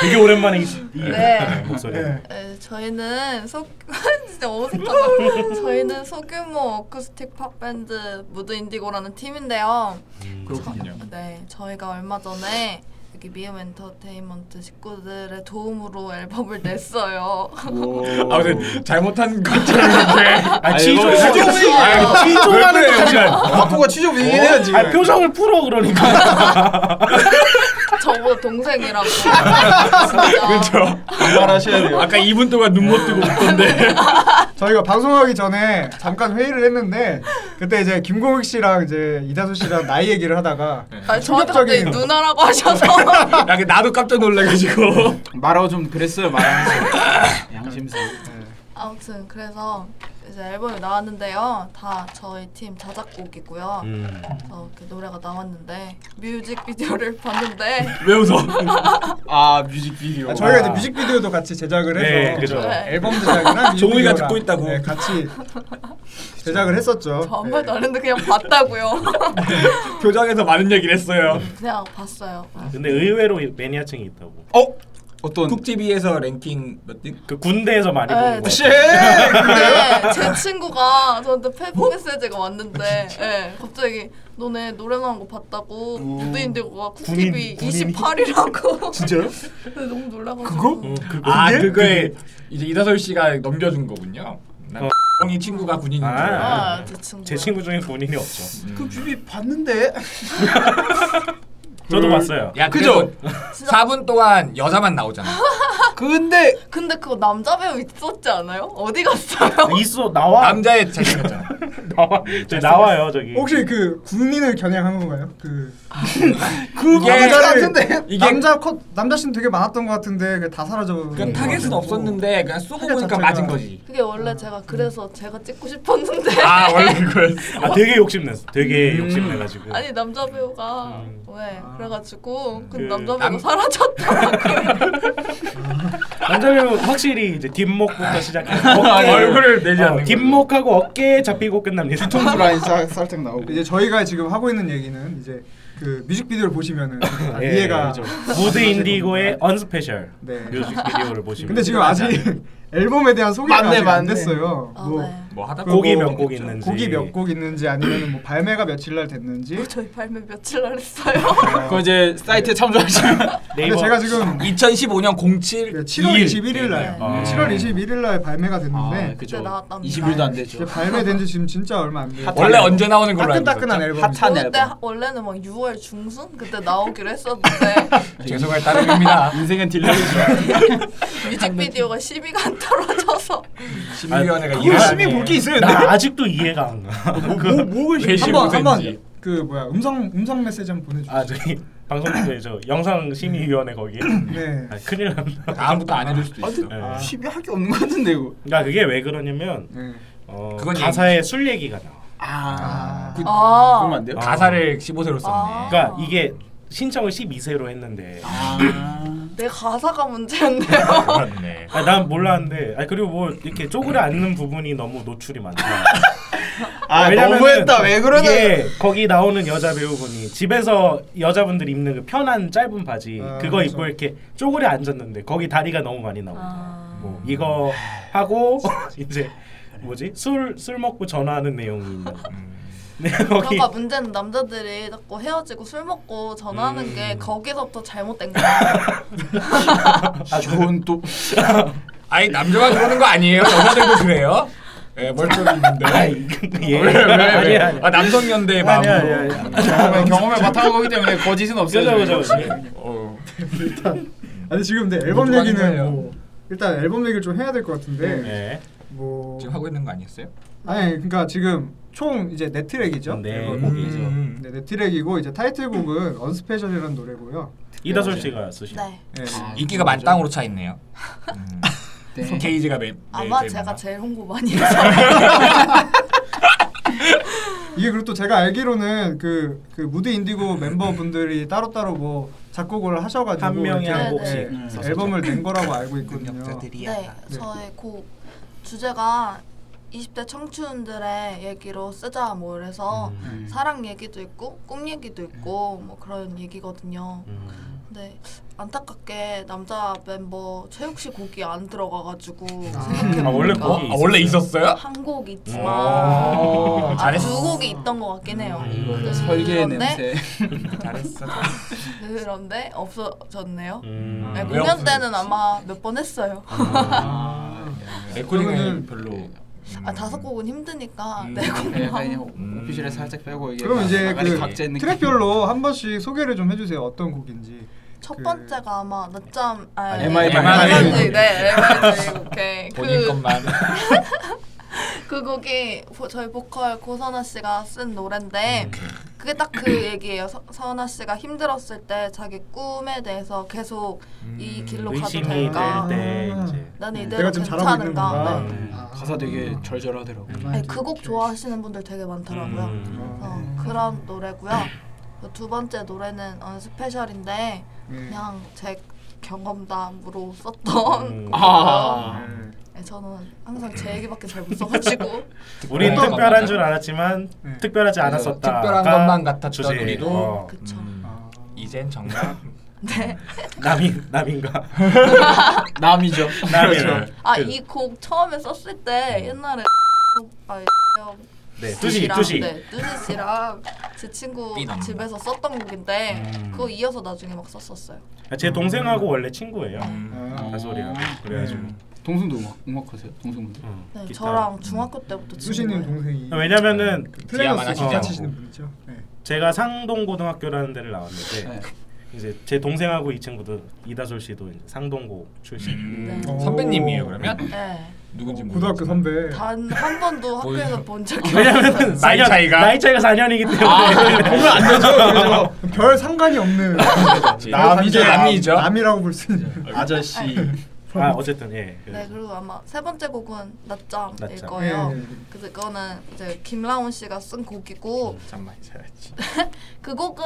[SPEAKER 2] 되게 오랜만에 이, 이
[SPEAKER 4] 네.
[SPEAKER 2] 목소리.
[SPEAKER 1] 네.
[SPEAKER 4] 에, 저희는 소 진짜 어색하다. 저희는 소규모 어쿠스틱 팝 밴드 무드 인디고라는 팀인데요.
[SPEAKER 3] 그렇군요
[SPEAKER 4] 네, 저희가 얼마 전에 여기 미음 엔터테인먼트 식구들의 도움으로 앨범을 냈어요.
[SPEAKER 5] 아 근데 잘못한 것처럼 이렇게.
[SPEAKER 2] 아
[SPEAKER 3] 아니,
[SPEAKER 2] 치조.
[SPEAKER 3] 이거
[SPEAKER 2] 치조. 아 치조하는 거 잠깐.
[SPEAKER 3] 아프가 취조비 얘기해야 지금
[SPEAKER 2] 아 표정을 풀어 그러니까.
[SPEAKER 4] 저보다 동생이라고. 진짜.
[SPEAKER 2] 그렇죠.
[SPEAKER 3] 말하셔야
[SPEAKER 2] 네.
[SPEAKER 3] 돼요
[SPEAKER 5] 아까 2분 동안 눈 못 뜨고 웃던데.
[SPEAKER 1] 저희가 방송하기 전에 잠깐 회의를 했는데 그때 이제 김공익 씨랑 이제 이다수 씨랑 나이 얘기를
[SPEAKER 3] 네.
[SPEAKER 1] 하다가
[SPEAKER 4] 아니, 저한테 갑자기
[SPEAKER 1] 충격적이네요.
[SPEAKER 4] 누나라고 하셔서
[SPEAKER 5] 야, 나도 깜짝 놀라가지고.
[SPEAKER 3] 말하고 좀 그랬어요 말하면서 양심상
[SPEAKER 4] 아무튼 그래서 이제 앨범이 나왔는데요. 다 저희 팀 자작곡이고요.
[SPEAKER 2] 음.
[SPEAKER 4] 어, 이렇게 노래가 나왔는데 뮤직비디오를 봤는데
[SPEAKER 5] 왜 웃어?
[SPEAKER 3] 아 뮤직비디오
[SPEAKER 1] 아, 저희가 이제 뮤직비디오도 같이 제작을 해서
[SPEAKER 2] 네, 그죠.
[SPEAKER 4] 네.
[SPEAKER 1] 앨범 제작이나 뮤직비디오랑
[SPEAKER 5] 종이가 듣고 있다고.
[SPEAKER 1] 네, 같이 제작을 했었죠.
[SPEAKER 4] 저 아무 말도 안 했는데 그냥 봤다고요.
[SPEAKER 5] 교장에서 많은 얘기를 했어요.
[SPEAKER 4] 그냥 봤어요.
[SPEAKER 2] 근데 의외로 매니아층이 있다고.
[SPEAKER 3] 어? 어떤
[SPEAKER 5] 국TV에서 랭킹 몇 등?
[SPEAKER 2] 그 군대에서 많이
[SPEAKER 4] 네,
[SPEAKER 2] 보는 거.
[SPEAKER 3] 씨!
[SPEAKER 4] 근데 제 친구가 저한테 페북 메시지가 왔는데 예, 갑자기 너네 노래 나온 거 봤다고 무드인디고가
[SPEAKER 2] 군인,
[SPEAKER 4] 쿡TV
[SPEAKER 2] 군인이?
[SPEAKER 4] 28이라고
[SPEAKER 3] 진짜요?
[SPEAKER 4] 너무 놀라가지고
[SPEAKER 2] 어, 그
[SPEAKER 5] 아
[SPEAKER 2] 군대?
[SPEAKER 5] 그거에 이제 이다솔 씨가 넘겨준 거군요. 나
[SPEAKER 2] 어.
[SPEAKER 5] 형이 친구가 군인인 줄.
[SPEAKER 2] 아.
[SPEAKER 5] 알았는데.
[SPEAKER 4] 아, 제 친구
[SPEAKER 2] 제 친구 중에 본인이
[SPEAKER 1] 네.
[SPEAKER 2] 없죠.
[SPEAKER 3] 그 뮤비 봤는데
[SPEAKER 2] 저도 봤어요.
[SPEAKER 5] 야
[SPEAKER 3] 그죠?
[SPEAKER 5] 그죠? 4분 동안 여자만 나오잖아.
[SPEAKER 3] 근데
[SPEAKER 4] 근데 그거 남자 배우 있었지 않아요? 어디 갔어요?
[SPEAKER 2] 있어 나와.
[SPEAKER 5] 남자의 잘생겼잖아.
[SPEAKER 2] 나와. 저 나와요 저기.
[SPEAKER 1] 혹시 그 군인을 겨냥한 건가요? 그
[SPEAKER 3] 그
[SPEAKER 5] 이게-
[SPEAKER 1] 이게
[SPEAKER 5] 이게-
[SPEAKER 1] 남자 컷 남자 씬 되게 많았던 것 같은데 그게 다 사라져.
[SPEAKER 5] 그건 그러니까 타겟은 없었는데 그냥 쏘고
[SPEAKER 1] 타겟
[SPEAKER 5] 보니까
[SPEAKER 1] 자체가-
[SPEAKER 5] 맞은 거지.
[SPEAKER 4] 그게 원래 제가 그래서 제가 찍고 싶었는데
[SPEAKER 5] 아 원래 그거였어.
[SPEAKER 2] 아 되게 욕심냈어. 되게
[SPEAKER 5] 음.
[SPEAKER 2] 욕심내가지고.
[SPEAKER 4] 아니 남자 배우가
[SPEAKER 2] 네. 음.
[SPEAKER 4] 왜 그래가지고 그
[SPEAKER 2] 그
[SPEAKER 4] 남자 배우
[SPEAKER 5] 남-
[SPEAKER 4] 가 사라졌더라고요.
[SPEAKER 2] 남자면 확실히 이제 뒷목부터 시작해서 어깨
[SPEAKER 5] 얼굴을 내지 아, 않는 걸로.
[SPEAKER 2] 뒷목하고 어깨 잡히고 끝납니다.
[SPEAKER 3] 통수 라인 싹 살짝 나오고
[SPEAKER 1] 이제 저희가 지금 하고 있는 얘기는 이제 그 뮤직비디오를 보시면은 다
[SPEAKER 2] 예,
[SPEAKER 1] 이해가
[SPEAKER 2] 그죠. 무드 인디고의 언스페셜
[SPEAKER 1] 네.
[SPEAKER 2] 뮤직비디오를 보시면
[SPEAKER 1] 근데 지금 아직 앨범에 대한 소개가
[SPEAKER 3] 맞네,
[SPEAKER 1] 아직 안
[SPEAKER 3] 맞네.
[SPEAKER 1] 됐어요.
[SPEAKER 4] 아,
[SPEAKER 1] 뭐
[SPEAKER 4] 네.
[SPEAKER 5] 뭐 하다
[SPEAKER 2] 곡이
[SPEAKER 5] 보고
[SPEAKER 2] 몇 곡 있는지
[SPEAKER 1] 곡이 몇 곡 있는지 아니면 뭐 발매가 며칠 날 됐는지.
[SPEAKER 4] 뭐
[SPEAKER 1] 아,
[SPEAKER 4] 저희 발매 며칠 날 했어요.
[SPEAKER 3] 그거 이제 사이트에 참조하시면
[SPEAKER 1] 근데
[SPEAKER 2] 네이버
[SPEAKER 1] 제가 지금
[SPEAKER 5] 2015년 07
[SPEAKER 1] 그 7월 21일 날,
[SPEAKER 4] 네.
[SPEAKER 2] 아.
[SPEAKER 1] 7월 21일 날 발매가
[SPEAKER 3] 네.
[SPEAKER 1] 됐는데
[SPEAKER 4] 그때 나왔답니다.
[SPEAKER 3] 20일도 아, 안 되죠
[SPEAKER 1] 이제 발매된 지 지금 진짜 얼마 안 돼요.
[SPEAKER 5] 원래 언제 나오는 걸로 알고
[SPEAKER 1] 따끈따끈한
[SPEAKER 5] 있었죠?
[SPEAKER 1] 앨범.
[SPEAKER 3] 핫한
[SPEAKER 4] 그때
[SPEAKER 3] 앨범
[SPEAKER 4] 하- 원래는 막 6월 중순 그때 나오기로 했었는데
[SPEAKER 5] 죄송할 따름입니다.
[SPEAKER 3] 인생은 딜레이죠
[SPEAKER 4] 뮤직비디오가 10위가 안 떨어져서
[SPEAKER 5] 심의위원회가
[SPEAKER 2] 아, 그걸
[SPEAKER 5] 이해가
[SPEAKER 2] 심의
[SPEAKER 5] 안 해.
[SPEAKER 2] 볼
[SPEAKER 1] 볼게 있어요.
[SPEAKER 2] 나 아직도 이해가 안 가.
[SPEAKER 1] 그,
[SPEAKER 5] 뭐 뭐가
[SPEAKER 1] 한번 한번 그 뭐야 음성 음성 메시지 한번 보내주세요.
[SPEAKER 2] 아 저기 방송 중에저 영상 심의위원회 거기.
[SPEAKER 1] 네.
[SPEAKER 2] 아, 큰일 난다.
[SPEAKER 5] 다음부터 안 해줄 수도 있어.
[SPEAKER 2] 예.
[SPEAKER 1] 아.
[SPEAKER 3] 쉽이 할게 없는 것 같은데 이거
[SPEAKER 2] 그러니까 그게 왜 그러냐면
[SPEAKER 1] 네.
[SPEAKER 2] 어,
[SPEAKER 5] 그건
[SPEAKER 2] 가사에 술 얘기가 나와.
[SPEAKER 3] 아
[SPEAKER 1] 그-
[SPEAKER 3] 그러면
[SPEAKER 4] 아
[SPEAKER 3] 안 돼요?
[SPEAKER 2] 아.
[SPEAKER 5] 가사를 15세로
[SPEAKER 4] 아.
[SPEAKER 5] 썼네.
[SPEAKER 2] 그러니까 이게 신청을 12세로 했는데
[SPEAKER 3] 아
[SPEAKER 4] 내 가사가 문제였네요.
[SPEAKER 5] 그렇네.
[SPEAKER 2] 아, 난 몰랐는데 아 그리고 뭐 이렇게 쪼그려 앉는 부분이 너무 노출이 많다.
[SPEAKER 3] 아,
[SPEAKER 2] 왜냐면은
[SPEAKER 3] 너무했다 왜 그러냐
[SPEAKER 2] 이게 거기 나오는 여자 배우분이 집에서 여자분들이 입는 그 편한 짧은 바지
[SPEAKER 1] 아,
[SPEAKER 2] 그거
[SPEAKER 1] 그렇죠.
[SPEAKER 2] 입고 이렇게 쪼그려
[SPEAKER 5] 아. 뭐.
[SPEAKER 2] 앉았는데 거기 다리가 너무 많이 나온다.
[SPEAKER 4] 아.
[SPEAKER 2] 뭐 이거 하고 이제 뭐지 술 술 먹고 전화하는 내용이 있는.
[SPEAKER 5] 음.
[SPEAKER 2] 네 거기
[SPEAKER 4] 그러니까 문제는 남자들이 자꾸 헤어지고 술 먹고 전화하는
[SPEAKER 2] 음.
[SPEAKER 4] 게 거기서부터 잘못된 거야.
[SPEAKER 3] 저건 아, 또
[SPEAKER 5] 아니 남자만 그러는 거 아니에요? 여자들도 그래요? 예, 멀쩡히 있는데.
[SPEAKER 2] 예.
[SPEAKER 5] 왜, 왜, 왜?
[SPEAKER 2] 아니, 아니.
[SPEAKER 5] 아, 남성연대의 마음으로.
[SPEAKER 2] 아니, 아니,
[SPEAKER 3] 경험에 경험에 바탕한 거기 때문에 거짓은 없어요.
[SPEAKER 2] 그죠, 그죠,
[SPEAKER 3] 저희가.
[SPEAKER 5] 어.
[SPEAKER 1] 아니 지금 내 앨범
[SPEAKER 5] 모두
[SPEAKER 1] 얘기는
[SPEAKER 5] 광고예요.
[SPEAKER 1] 뭐 일단 앨범 얘기를 좀 해야 될 것 같은데
[SPEAKER 2] 네.
[SPEAKER 1] 뭐
[SPEAKER 5] 지금 하고 있는 거 아니었어요?
[SPEAKER 1] 아니 그러니까 지금 총 이제 네 트랙이죠.
[SPEAKER 2] 네.
[SPEAKER 1] 앨범이.
[SPEAKER 5] 음.
[SPEAKER 1] 네, 네 트랙이고 이제 타이틀곡은 언스페셜이라는 노래고요.
[SPEAKER 2] 이다솔 씨가 쓰신.
[SPEAKER 4] 네.
[SPEAKER 1] 네.
[SPEAKER 5] 인기가 만땅으로 차 있네요. 음.
[SPEAKER 3] 네.
[SPEAKER 5] 케이지가 네 매. 매-
[SPEAKER 4] 아마
[SPEAKER 5] 매-
[SPEAKER 4] 제가
[SPEAKER 5] 매-
[SPEAKER 4] 제일 홍보 많이 해서
[SPEAKER 1] 이게 그리고 또 제가 알기로는 그, 그 무드 인디고 멤버분들이 따로따로 뭐 작곡을 하셔가지고
[SPEAKER 2] 한 명에
[SPEAKER 1] 이렇게
[SPEAKER 2] 한
[SPEAKER 4] 곡씩
[SPEAKER 1] 예,
[SPEAKER 3] 음.
[SPEAKER 1] 앨범을 낸 거라고 알고 있거든요.
[SPEAKER 4] 네,
[SPEAKER 1] 네.
[SPEAKER 4] 저의 곡 주제가 20대 청춘들의 얘기로 쓰자 뭐 이래서
[SPEAKER 2] 음.
[SPEAKER 4] 사랑 얘기도 있고 꿈 얘기도 있고 뭐 그런 얘기거든요.
[SPEAKER 2] 음.
[SPEAKER 4] 근데 네. 안타깝게 남자 멤버 최욱 씨 곡이 안 들어가가지고 생각해보니까
[SPEAKER 2] 아, 원래
[SPEAKER 5] 어?
[SPEAKER 2] 곡이
[SPEAKER 5] 아, 원래 있었어요? 어,
[SPEAKER 4] 한 곡이 있지만
[SPEAKER 5] 오,
[SPEAKER 4] 아, 두 곡이 있던 것 같긴 해요.
[SPEAKER 5] 음.
[SPEAKER 2] 이거는
[SPEAKER 3] 음. 설계의
[SPEAKER 4] 네. 그런데-
[SPEAKER 3] 냄새.
[SPEAKER 5] 잘했어.
[SPEAKER 4] 그런데 없어졌네요.
[SPEAKER 2] 음.
[SPEAKER 4] 네,
[SPEAKER 5] 왜
[SPEAKER 4] 공연
[SPEAKER 5] 없어졌지? 음.
[SPEAKER 4] 때는 아마 몇 번 했어요.
[SPEAKER 5] 레코딩은
[SPEAKER 1] 그러면은-
[SPEAKER 5] 별로.
[SPEAKER 4] 아 다섯 곡은 힘드니까
[SPEAKER 5] 음.
[SPEAKER 4] 네 곡만.
[SPEAKER 3] 네, 그냥
[SPEAKER 5] 음.
[SPEAKER 3] 오피셜에 살짝 빼고 이게
[SPEAKER 1] 그럼
[SPEAKER 3] 막
[SPEAKER 1] 이제
[SPEAKER 3] 나가리
[SPEAKER 1] 그
[SPEAKER 3] 각자 있는
[SPEAKER 1] 트랙별로 한 번씩 소개를 좀 해주세요. 어떤 곡인지.
[SPEAKER 4] 첫
[SPEAKER 1] 그-
[SPEAKER 4] 번째가 아마 늦잠 아,
[SPEAKER 3] MIB.
[SPEAKER 4] MIB 네 MIB 오케이
[SPEAKER 5] 음. 본인
[SPEAKER 4] 그,
[SPEAKER 5] 것만.
[SPEAKER 4] 그 곡이 보- 저희 보컬 고선아 씨가 쓴
[SPEAKER 2] 음.
[SPEAKER 4] 노래인데
[SPEAKER 5] 음.
[SPEAKER 4] 그게 딱 그 얘기예요 서, 선아 씨가 힘들었을 때 자기 꿈에 대해서 계속 이 길로 가도
[SPEAKER 2] 음, 의심이
[SPEAKER 4] 될까
[SPEAKER 1] 되니까.
[SPEAKER 2] 될때 네.
[SPEAKER 1] 아.
[SPEAKER 2] 이제
[SPEAKER 4] 나는 네, 이대로
[SPEAKER 1] 내가 지금 잘하고 있는 건가?
[SPEAKER 4] 괜찮은가 네.
[SPEAKER 2] 네.
[SPEAKER 1] 아.
[SPEAKER 3] 가사 되게 절절하더라고.
[SPEAKER 4] 네, 그곡 좋아하시는 분들 되게 많더라고요
[SPEAKER 2] 음.
[SPEAKER 4] 어, 그런 노래고요 그두 번째 노래는 어, 언스페셜인데
[SPEAKER 1] 네.
[SPEAKER 4] 그냥 제 경험담으로 썼던
[SPEAKER 2] 음.
[SPEAKER 3] 아.
[SPEAKER 1] 네.
[SPEAKER 4] 네, 저는 항상 제 얘기밖에 잘 못 써가지고
[SPEAKER 2] 우린
[SPEAKER 5] 어떤
[SPEAKER 2] 특별한
[SPEAKER 5] 것만
[SPEAKER 2] 줄 알았지만
[SPEAKER 1] 네.
[SPEAKER 2] 특별하지
[SPEAKER 5] 그래서
[SPEAKER 2] 않았었다.
[SPEAKER 5] 특별한
[SPEAKER 2] 가
[SPEAKER 5] 것만 같았던
[SPEAKER 2] 주제.
[SPEAKER 5] 우리도.
[SPEAKER 2] 어.
[SPEAKER 4] 네, 그쵸
[SPEAKER 5] 음.
[SPEAKER 1] 아.
[SPEAKER 5] 이젠 정말
[SPEAKER 4] 네.
[SPEAKER 2] 남인 남인가?
[SPEAKER 3] 남이죠.
[SPEAKER 5] 그렇죠.
[SPEAKER 2] 남이죠.
[SPEAKER 5] 그,
[SPEAKER 4] 아 이 곡 처음에 썼을 때 옛날에 아
[SPEAKER 2] 네 뚜시 뚜시.
[SPEAKER 4] 네, 뚜시 씨랑 제 친구
[SPEAKER 5] 삐남.
[SPEAKER 4] 집에서 썼던 곡인데
[SPEAKER 2] 음.
[SPEAKER 4] 그거 이어서 나중에 막 썼었어요.
[SPEAKER 2] 아, 제 동생하고 원래 친구예요.
[SPEAKER 5] 음.
[SPEAKER 1] 아.
[SPEAKER 2] 가솔이랑
[SPEAKER 4] 음.
[SPEAKER 2] 그래가지고.
[SPEAKER 1] 네.
[SPEAKER 3] 동순도 음악 음악하세요? 동순분들.
[SPEAKER 2] 음,
[SPEAKER 4] 네,
[SPEAKER 2] 기타.
[SPEAKER 4] 저랑 중학교 때부터
[SPEAKER 1] 수신님
[SPEAKER 4] 친구예요.
[SPEAKER 1] 동생이
[SPEAKER 2] 아, 왜냐면은
[SPEAKER 1] 플레이어스
[SPEAKER 5] 디아만
[SPEAKER 1] 기타
[SPEAKER 2] 하시죠.
[SPEAKER 1] 치시는 분이죠. 네.
[SPEAKER 2] 제가 상동고등학교라는 데를 나왔는데
[SPEAKER 3] 네.
[SPEAKER 2] 이제 제 동생하고 이 친구도 이다솔 씨도 이제 상동고 출신.
[SPEAKER 5] 음.
[SPEAKER 4] 네.
[SPEAKER 1] 어.
[SPEAKER 5] 선배님이에요 그러면
[SPEAKER 4] 네.
[SPEAKER 5] 누군지
[SPEAKER 1] 고등학교
[SPEAKER 5] 모르겠지만.
[SPEAKER 1] 선배.
[SPEAKER 4] 단 한 번도 학교에서 본 적이 없어요.
[SPEAKER 2] 아, 왜냐면
[SPEAKER 5] 나이
[SPEAKER 2] 4년-
[SPEAKER 5] 차이가? 아,
[SPEAKER 2] 나이 차이가 4년이기 때문에
[SPEAKER 1] 보면 안 되죠. 그래서 별 상관이 없는
[SPEAKER 5] 아, 남이죠 남이죠.
[SPEAKER 1] 남이라고 볼 수 있는.
[SPEAKER 3] 아저씨.
[SPEAKER 2] 아 어쨌든 예. 그-
[SPEAKER 4] 네, 그리고 아마 세 번째 곡은 낮잠일
[SPEAKER 2] 낮잠.
[SPEAKER 4] 거예요.
[SPEAKER 1] 네, 네, 네.
[SPEAKER 4] 근데 그거는 이제 김라운 씨가 쓴 곡이고
[SPEAKER 2] 음.
[SPEAKER 5] 잠만 있어야지.
[SPEAKER 4] 그 곡은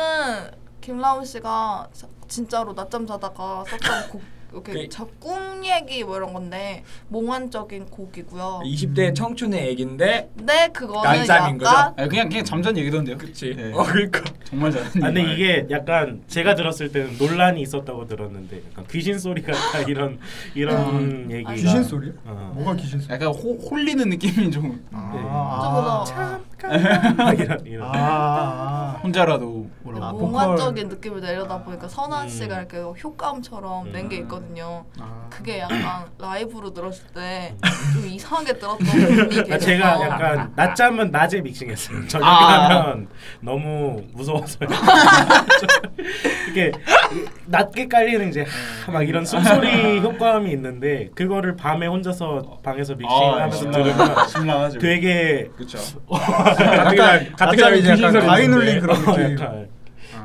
[SPEAKER 4] 김라운 씨가 사- 진짜로 낮잠 자다가 썼던 곡 이렇게
[SPEAKER 5] 네.
[SPEAKER 4] 저꿈 얘기 뭐 이런 건데 몽환적인 곡이고요.
[SPEAKER 5] 어. 20대 청춘의 얘긴데
[SPEAKER 4] 근데 그거는
[SPEAKER 5] 낮잠인 거죠?
[SPEAKER 4] 약간
[SPEAKER 3] 아 그냥 그냥 잠전 얘기던데요.
[SPEAKER 5] 그치?
[SPEAKER 3] 네.
[SPEAKER 5] 어 그니까.
[SPEAKER 3] 정말 잘하는.
[SPEAKER 2] 아, 근데
[SPEAKER 3] 말.
[SPEAKER 2] 이게 약간 제가 들었을 때는 논란이 있었다고 들었는데 약간 귀신 소리 같다 이런 이런 얘기가
[SPEAKER 1] 아, 귀신 소리요?
[SPEAKER 2] 어.
[SPEAKER 1] 뭐가 귀신 소리?
[SPEAKER 3] 약간 호, 홀리는 느낌이 좀
[SPEAKER 1] 아.
[SPEAKER 4] 좀더
[SPEAKER 2] 네. 이런 이런
[SPEAKER 1] 아.
[SPEAKER 3] 혼자라도 뭐라고.
[SPEAKER 1] 아,
[SPEAKER 4] 몽환적인 느낌을 내려다 보니까 선한
[SPEAKER 2] 음.
[SPEAKER 4] 씨가 이렇게 효과음처럼 낸 게 있거든요.
[SPEAKER 2] 아.
[SPEAKER 4] 그게 약간 라이브로 들었을 때 좀 이상하게 들었던 어. 분이
[SPEAKER 2] 음. 아,
[SPEAKER 4] 계셔서
[SPEAKER 2] 제가 약간 낮잠은 낮에 믹싱했어요. 저녁에
[SPEAKER 3] 아.
[SPEAKER 2] 하면 너무 무서워서 이렇게 낮게 깔리는 이제 하- 막 이런 숨소리
[SPEAKER 1] 아.
[SPEAKER 2] 효과음이 있는데 그거를 밤에 혼자서 방에서 믹싱하면서 들으면
[SPEAKER 3] 아, 예. 신나가지고.
[SPEAKER 2] 되게
[SPEAKER 5] 그쵸.
[SPEAKER 1] 약간
[SPEAKER 5] 낮잠이
[SPEAKER 1] 이제
[SPEAKER 5] 귀신
[SPEAKER 1] 약간
[SPEAKER 5] 소리인데.
[SPEAKER 1] 가위 눌린 그런
[SPEAKER 2] 그 어,
[SPEAKER 1] 느낌.
[SPEAKER 2] 약간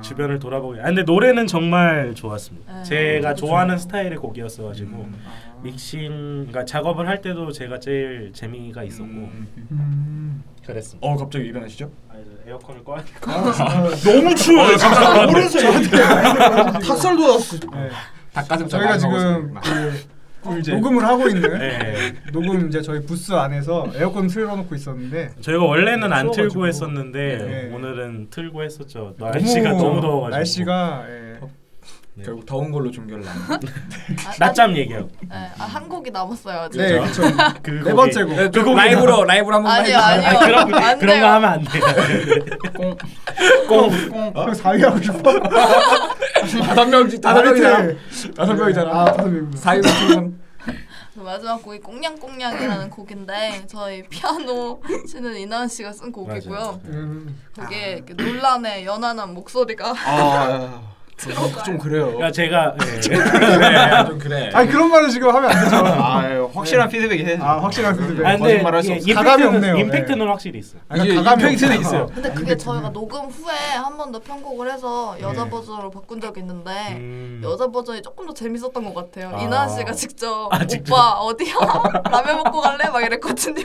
[SPEAKER 2] 주변을 돌아보게. 아 근데 노래는 정말 좋았습니다.
[SPEAKER 4] 네.
[SPEAKER 2] 제가
[SPEAKER 1] 그렇죠.
[SPEAKER 2] 좋아하는 스타일의 곡이었어가지고
[SPEAKER 5] 뭐,
[SPEAKER 1] 음.
[SPEAKER 2] 믹싱, 그러니까 작업을 할 때도 제가 제일 재미가 있었고
[SPEAKER 1] 음.
[SPEAKER 2] 그랬습니다.
[SPEAKER 5] 어 갑자기 일어나시죠?
[SPEAKER 2] 아, 이제 에어컨을 꺼야 될
[SPEAKER 1] 아.
[SPEAKER 3] 너무
[SPEAKER 1] 어,
[SPEAKER 3] 추워요. 진짜 오른손
[SPEAKER 2] 아,
[SPEAKER 3] 탁설도 나왔고.
[SPEAKER 1] 네.
[SPEAKER 5] 닭가슴살
[SPEAKER 1] 저희가
[SPEAKER 5] 많이
[SPEAKER 1] 지금
[SPEAKER 5] 아, 먹었어요.
[SPEAKER 1] 그 녹음을 하고 있는
[SPEAKER 2] 네.
[SPEAKER 1] 녹음 이제 저희 부스 안에서 에어컨 틀어놓고 있었는데
[SPEAKER 2] 저희가 원래는 안
[SPEAKER 1] 추워가지고.
[SPEAKER 2] 틀고 했었는데
[SPEAKER 1] 네.
[SPEAKER 2] 아, 오늘은 틀고 했었죠. 날씨가 너무, 더워가지고
[SPEAKER 1] 날씨가 예.
[SPEAKER 5] 결국 더운 걸로 종결을 합니다.
[SPEAKER 2] 낮잠 얘기요.
[SPEAKER 4] 아, 네, 아, 한 곡이 남았어요 아직.
[SPEAKER 1] 네, 그렇죠.
[SPEAKER 2] 그
[SPEAKER 1] 네 번째 곡.
[SPEAKER 5] 네, 좀
[SPEAKER 2] 그거구나.
[SPEAKER 5] 라이브로 라이브로 한번
[SPEAKER 4] 아니요 아니요.
[SPEAKER 2] 그런
[SPEAKER 4] 안
[SPEAKER 2] 그런
[SPEAKER 4] 돼요.
[SPEAKER 2] 거 하면 안 돼.
[SPEAKER 3] 꽁.
[SPEAKER 2] 꽁.
[SPEAKER 1] 형 4위 어? 하고 싶어.
[SPEAKER 5] 다섯 명씩 다섯 명이잖아.
[SPEAKER 1] 나이트.
[SPEAKER 5] 다섯 명이잖아.
[SPEAKER 1] 아, 다섯 명이구나.
[SPEAKER 5] 사이버 팀은
[SPEAKER 4] 그 마지막 곡이 꽁냥꽁냥이라는 곡인데 저희 피아노 치는 이나은 씨가 쓴 곡이고요.
[SPEAKER 1] 음.
[SPEAKER 2] 아.
[SPEAKER 4] 거기에 이렇게 논란의 연한한 목소리가
[SPEAKER 3] 아, 좀 그래요.
[SPEAKER 2] 그러니까 제가 예.
[SPEAKER 5] 그래 좀 그래.
[SPEAKER 1] 아니 그런 말을 지금 하면 안 되죠.
[SPEAKER 3] 아,
[SPEAKER 2] 네.
[SPEAKER 3] 예, 확실한 피드백이 해야죠.
[SPEAKER 1] 아, 확실한 피드백.
[SPEAKER 2] 아, 근데
[SPEAKER 3] 거짓말할 수
[SPEAKER 2] 예,
[SPEAKER 3] 없어.
[SPEAKER 1] 가감이
[SPEAKER 2] 임팩트는-
[SPEAKER 1] 없네요.
[SPEAKER 2] 임팩트는 확실히 있어.
[SPEAKER 1] 약간
[SPEAKER 3] 이게
[SPEAKER 1] 아, 가감이
[SPEAKER 3] 임팩트는
[SPEAKER 1] 없다.
[SPEAKER 3] 있어요.
[SPEAKER 4] 근데 그게 저희가 녹음 후에 한 번 더 편곡을 해서 여자 버전으로 바꾼 적이 있는데
[SPEAKER 2] 네. 음.
[SPEAKER 4] 네. 여자 버전이 조금 더 재밌었던 것 같아요.
[SPEAKER 2] 아.
[SPEAKER 4] 이나은 씨가 직접
[SPEAKER 2] 아,
[SPEAKER 4] 오빠
[SPEAKER 2] 직접?
[SPEAKER 4] 어디야 라면 먹고 갈래 막 이랬거든요.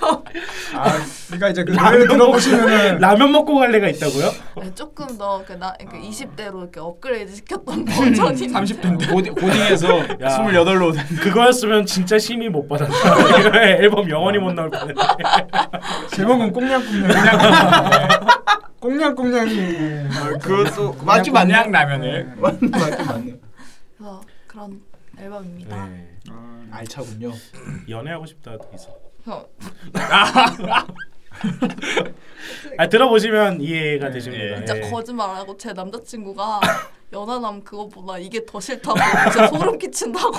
[SPEAKER 1] 아, 그러니까 이제 그 노래를 들어보시면은
[SPEAKER 2] 라면 먹고 갈래가 있다고요?
[SPEAKER 4] 네, 조금 더그나 그 20대로 이렇게 업그레이드 시켰던 버전이
[SPEAKER 5] 30대인데.
[SPEAKER 3] 고딩, 고딩에서
[SPEAKER 2] 네. 야. 아.
[SPEAKER 3] 28로 된
[SPEAKER 2] 그거였으면 진짜 심의 못 받았다. 이거 앨범 영원히 못 나올 뻔했네.
[SPEAKER 1] 제목은 꽁냥꽁냥. 꽁냥꽁냥이. 예.
[SPEAKER 3] 그것도
[SPEAKER 5] 맞지 맞냐 라면을.
[SPEAKER 3] 맞긴 맞네.
[SPEAKER 4] 그래서 아, 그런 앨범입니다.
[SPEAKER 2] 네.
[SPEAKER 3] 알차군요.
[SPEAKER 2] 연애하고 싶다 있어.
[SPEAKER 4] 그래서
[SPEAKER 2] 아 들어보시면 이해가 되십니다.
[SPEAKER 5] 예.
[SPEAKER 4] 진짜
[SPEAKER 2] 예.
[SPEAKER 4] 거짓말 안 하고 제 남자친구가 연하남 그거보다 이게 더 싫다고 진짜 소름 끼친다고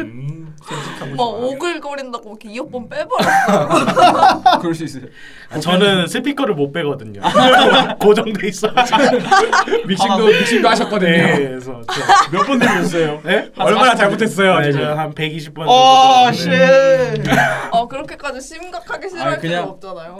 [SPEAKER 5] 음, 솔직하고
[SPEAKER 4] 막
[SPEAKER 5] 좋아요.
[SPEAKER 4] 오글거린다고 이렇게 이어폰 빼버렸어.
[SPEAKER 3] 그럴 수 있어요.
[SPEAKER 2] 아, 저는 스피커를 못 빼거든요. 고정돼 있어.
[SPEAKER 5] 믹싱도
[SPEAKER 1] 아,
[SPEAKER 5] 믹싱도 하셨거든요.
[SPEAKER 2] 네, 그래서 저,
[SPEAKER 3] 몇 번 들으셨어요?
[SPEAKER 2] 네?
[SPEAKER 5] 얼마나 잘못했어요.
[SPEAKER 2] 네,
[SPEAKER 5] 지금.
[SPEAKER 2] 저한 120번. 정도
[SPEAKER 3] 아, 씨.
[SPEAKER 2] 들었는데.
[SPEAKER 3] 네.
[SPEAKER 4] 어 그렇게까지 심각하게 싫어할
[SPEAKER 3] 아니, 그냥-
[SPEAKER 4] 필요 없잖아요.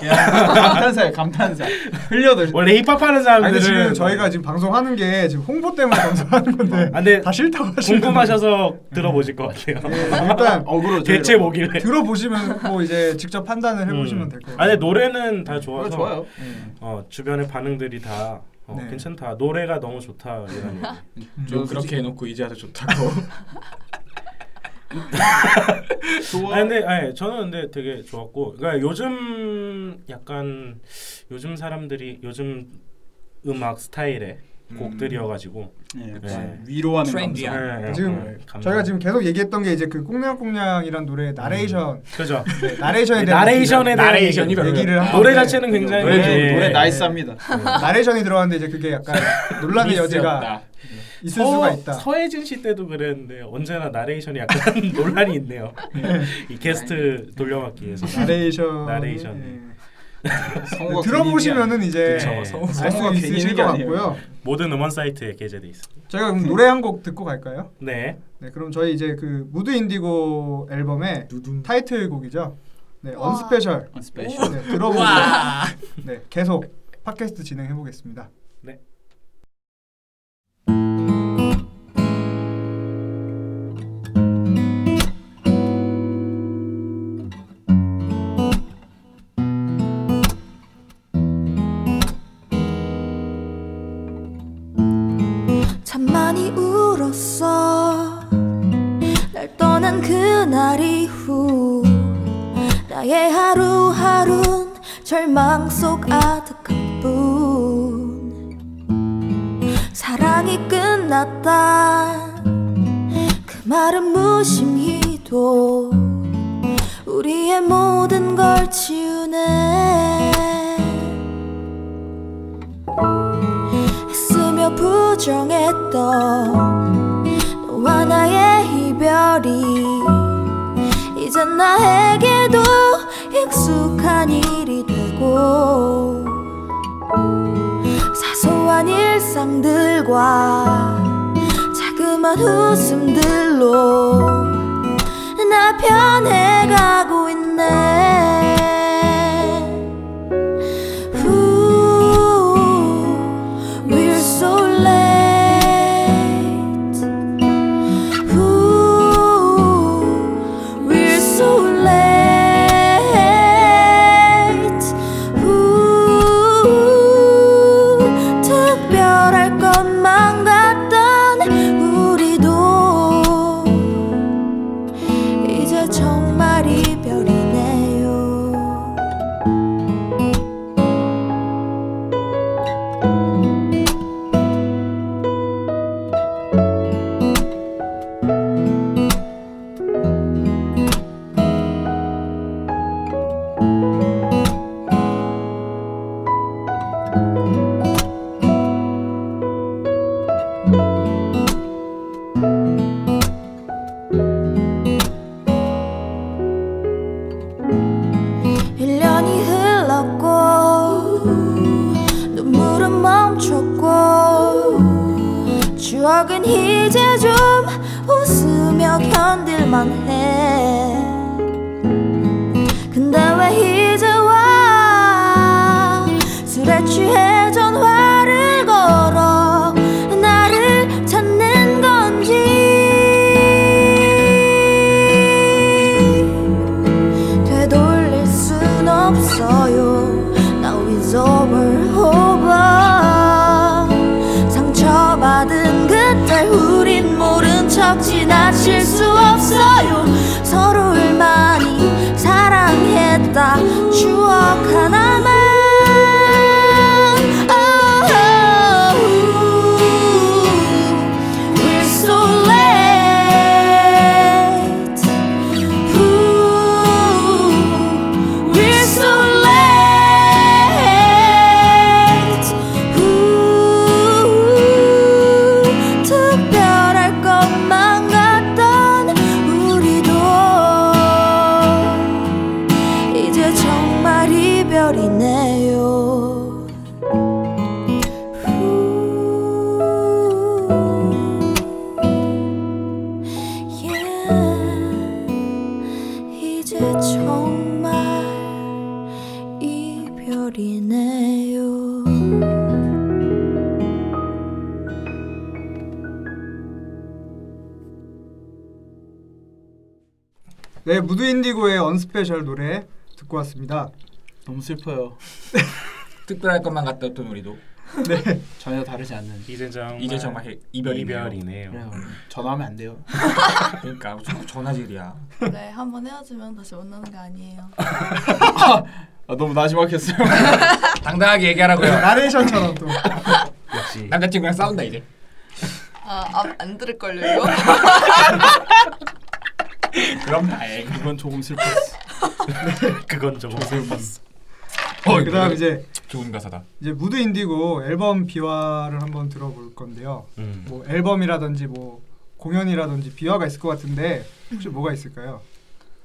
[SPEAKER 3] 감탄사예요, 감탄사. 흘려들.
[SPEAKER 2] 원래 힙합 하는
[SPEAKER 1] 아니, 근데
[SPEAKER 2] 사람들은
[SPEAKER 1] 지금 저희가 지금 방송하는 게 지금 홍보 때문에 방송하는 건데
[SPEAKER 2] 아, 근데
[SPEAKER 1] 다 싫다고 하시는
[SPEAKER 2] 궁금하셔서 들어보실 것 같아요.
[SPEAKER 1] 예, 일단
[SPEAKER 3] 어그로
[SPEAKER 2] 대체 뭐길래?
[SPEAKER 1] 들어보시면 뭐 이제 직접 판단을 해보시면 될 거예요.
[SPEAKER 2] 음. 아, 근데 노래는 다
[SPEAKER 3] 어,
[SPEAKER 2] 좋아서
[SPEAKER 3] 좋아요.
[SPEAKER 2] 어, 주변의 반응들이 다 어,
[SPEAKER 1] 네.
[SPEAKER 2] 괜찮다. 노래가 너무 좋다. 이런 얘기.
[SPEAKER 5] 음. 좀 그렇게 해놓고 이제 와서 좋다고.
[SPEAKER 3] 좋아.
[SPEAKER 2] 아 근데 아니, 저는 근데 되게 좋았고 그러니까 요즘 약간 요즘 사람들이 요즘 음악 스타일의 곡들이어가지고
[SPEAKER 3] 예,
[SPEAKER 2] 그치.
[SPEAKER 3] 예. 위로하는
[SPEAKER 5] 트렌디야.
[SPEAKER 3] 감성.
[SPEAKER 2] 예, 예,
[SPEAKER 1] 네, 지금
[SPEAKER 2] 예, 감사합니다.
[SPEAKER 1] 저희가 지금 계속 얘기했던 게 이제 그 꽁냥꽁냥이란 노래의 나레이션,
[SPEAKER 2] 그죠
[SPEAKER 1] 네, 나레이션에 대한
[SPEAKER 2] 음. 나레이션에 대한
[SPEAKER 5] 나레이션이
[SPEAKER 2] 얘기.
[SPEAKER 5] 별로.
[SPEAKER 1] 얘기를 하는데
[SPEAKER 2] 노래 자체는 굉장히
[SPEAKER 5] 노래 좀-
[SPEAKER 2] 예.
[SPEAKER 3] 노래 나이스합니다.
[SPEAKER 1] 나레이션이 들어갔는데 이제 그게 약간 논란의 여지가
[SPEAKER 5] 미스였다.
[SPEAKER 1] 있을
[SPEAKER 2] 서,
[SPEAKER 1] 수가 있다.
[SPEAKER 2] 어, 서혜진 씨 때도 그랬는데 언제나 나레이션이 약간 논란이 있네요. 이 게스트 돌려막기에서
[SPEAKER 1] 나레이션. 네.
[SPEAKER 2] 나레이션.
[SPEAKER 5] 네.
[SPEAKER 3] 성우가
[SPEAKER 1] 들어보시면은 이제
[SPEAKER 2] 그쵸,
[SPEAKER 1] 알 수
[SPEAKER 3] 성우가 괜히
[SPEAKER 1] 있으실
[SPEAKER 3] 얘기
[SPEAKER 1] 것
[SPEAKER 3] 아니에요.
[SPEAKER 1] 같고요.
[SPEAKER 2] 모든 음원 사이트에 게재돼 있습니다.
[SPEAKER 1] 저희가 그럼 노래 한 곡 듣고 갈까요?
[SPEAKER 2] 네.
[SPEAKER 1] 네, 그럼 저희 이제 그 무드 인디고 앨범의
[SPEAKER 5] 두둔.
[SPEAKER 1] 타이틀곡이죠. 네,
[SPEAKER 4] 와.
[SPEAKER 1] 언스페셜.
[SPEAKER 3] 아, 스페셜.
[SPEAKER 1] 네, 들어보고
[SPEAKER 5] 와.
[SPEAKER 1] 네, 계속 팟캐스트 진행해 보겠습니다.
[SPEAKER 6] 참 많이 울었어 날 떠난 그날 이후 나의 하루하룬 절망 속 아득한 뿐 사랑이 끝났다 그 말은 무심히도 우리의 모든 걸 지우네 했으며 부정했던 너와 나의 이별이 이젠 나에게도 익숙한 일이 되고 사소한 일상들과 자그마한 웃음들로 나 변해가고 있네 Ooh, we're so late. Ooh, we're so late. Ooh, 특별할 것만 같던 우리도 이제 정말 이별이네요. 난 이제 좀 웃으며 견딜만 해 근데 왜 이제 와 술에 취해 전화를 걸어 나를 찾는 건지 되돌릴 순 없어요 Now it's over over 상처받은 그때 우린 모른 척 지나칠 수 없어요 서로를 많이 사랑했다 추억 하나만 Oh, We're so late Ooh, we're so late. Ooh, 특별할 것만 같던 우리도 이제 정말 이별이네요. Ooh, yeah. 이제 정말 이별이네요.
[SPEAKER 1] 네, 무드 인디고의 언스페셜 노래 듣고 왔습니다.
[SPEAKER 3] 너무 슬퍼요.
[SPEAKER 5] 특별할 것만 같던 우리도
[SPEAKER 1] 네,
[SPEAKER 3] 전혀 다르지 않는.
[SPEAKER 2] 이제 정말
[SPEAKER 5] 이제 정말 이별이네요.
[SPEAKER 2] 이별이네요.
[SPEAKER 3] 그래요. 전화하면 안 돼요.
[SPEAKER 5] 그러니까 자꾸 전화질이야.
[SPEAKER 4] 네, 한 번 헤어지면 다시 만나는 게 아니에요.
[SPEAKER 3] 아, 너무 나지막했어요.
[SPEAKER 5] 당당하게 얘기하라고요.
[SPEAKER 1] 네. 나레이션처럼 또.
[SPEAKER 2] 역시
[SPEAKER 5] 남자친구랑 싸운다 이제.
[SPEAKER 4] 아, 아, 안 들을걸요, 이거?
[SPEAKER 5] 그럼 다행.
[SPEAKER 3] 이건 조금 슬펐어.
[SPEAKER 2] 그건 조금 슬펐어.
[SPEAKER 5] 어,
[SPEAKER 1] 네, 그다음 이제
[SPEAKER 5] 좋은 가사다.
[SPEAKER 1] 이제 무드 인디고 앨범 비화를 한번 들어볼 건데요.
[SPEAKER 2] 음.
[SPEAKER 1] 뭐 앨범이라든지 뭐 공연이라든지 비화가 있을 것 같은데 혹시 뭐가 있을까요?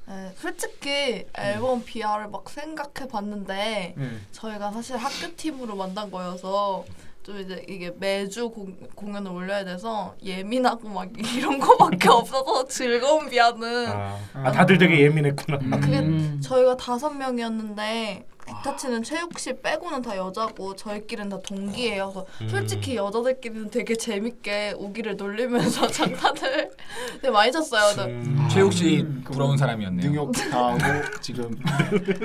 [SPEAKER 4] 네, 솔직히 앨범 비하를 막 생각해 봤는데
[SPEAKER 1] 네.
[SPEAKER 4] 저희가 사실 학교 팀으로 만난 거여서 좀 이제 이게 매주 공, 공연을 올려야 돼서 예민하고 막 이런 거밖에 없어서 즐거운 비하는
[SPEAKER 2] 아, 아 다들 되게 예민했구나.
[SPEAKER 4] 그게
[SPEAKER 3] 음.
[SPEAKER 4] 저희가 다섯 명이었는데 기타 치는 최욱 씨 빼고는 다 여자고 저희끼리는 다 동기예요. 그래서
[SPEAKER 2] 음.
[SPEAKER 4] 솔직히 여자들끼리는 되게 재밌게 우기를 놀리면서 장난을 되게 많이 쳤어요. 근데
[SPEAKER 2] 음.
[SPEAKER 5] 최욱 씨
[SPEAKER 3] 음, 그럼
[SPEAKER 5] 부러운 사람이었네요.
[SPEAKER 3] 능욕 다 하고 지금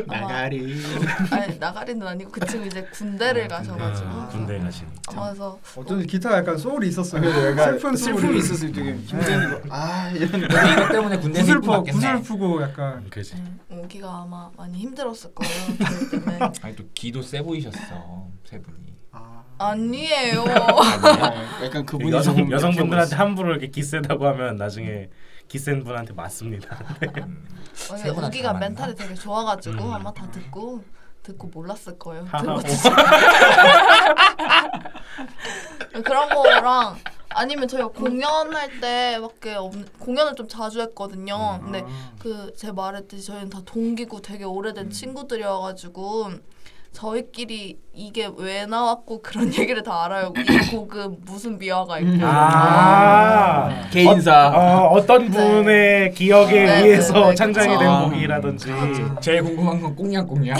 [SPEAKER 3] 나가리.
[SPEAKER 4] 네. 아니 나가리는 아니고 그 친구 이제 군대를 가셔가지고
[SPEAKER 2] 아, 군대 가시니.
[SPEAKER 4] 아마 그래서
[SPEAKER 1] 어쩐지 기타가 약간 소울이 있었어요. 슬픈
[SPEAKER 3] 아, 슬픔이
[SPEAKER 1] 소울이
[SPEAKER 3] 있었어요. 되게 힘든 거. 아 이런.
[SPEAKER 5] 근데 이것 때문에 군대에
[SPEAKER 1] 구슬퍼 구슬프고 약간
[SPEAKER 2] 그지.
[SPEAKER 4] 우기가 음, 아마 많이 힘들었을 거예요. 저희 때문에.
[SPEAKER 5] 아니 또 기도 세 보이셨어 세 분이.
[SPEAKER 1] 아,
[SPEAKER 4] 아니에요.
[SPEAKER 3] 아, 약간 그분이
[SPEAKER 2] 여성
[SPEAKER 3] 조금
[SPEAKER 2] 여성분들한테
[SPEAKER 3] 약해보였어.
[SPEAKER 2] 함부로 이렇게 기세다고 하면 나중에 기센 분한테 맞습니다.
[SPEAKER 5] 음.
[SPEAKER 4] 원래
[SPEAKER 5] 세분한테
[SPEAKER 4] 우기가
[SPEAKER 5] 안 맞나?
[SPEAKER 4] 멘탈이 되게 좋아가지고
[SPEAKER 2] 음.
[SPEAKER 4] 아마 다 듣고 듣고 몰랐을 거예요.
[SPEAKER 2] 하하.
[SPEAKER 4] 듣고 진짜 그런 거랑 아니면 저희가 공연할 때밖에 없는 공연을 좀 자주 했거든요. 근데 그 제 말했듯이 저희는 다 동기고 되게 오래된 친구들이어가지고 저희끼리 이게 왜 나왔고 그런 얘기를 다 알아요. 이 곡은 무슨 미화가
[SPEAKER 1] 음.
[SPEAKER 4] 있고
[SPEAKER 2] 아.
[SPEAKER 3] 개인사.
[SPEAKER 2] 어, 어떤 분의 기억에
[SPEAKER 4] 네,
[SPEAKER 2] 의해서
[SPEAKER 4] 네, 네,
[SPEAKER 2] 창작이 된
[SPEAKER 5] 그쵸.
[SPEAKER 2] 곡이라든지
[SPEAKER 5] 제일 궁금한 건 꽁냥꽁냥.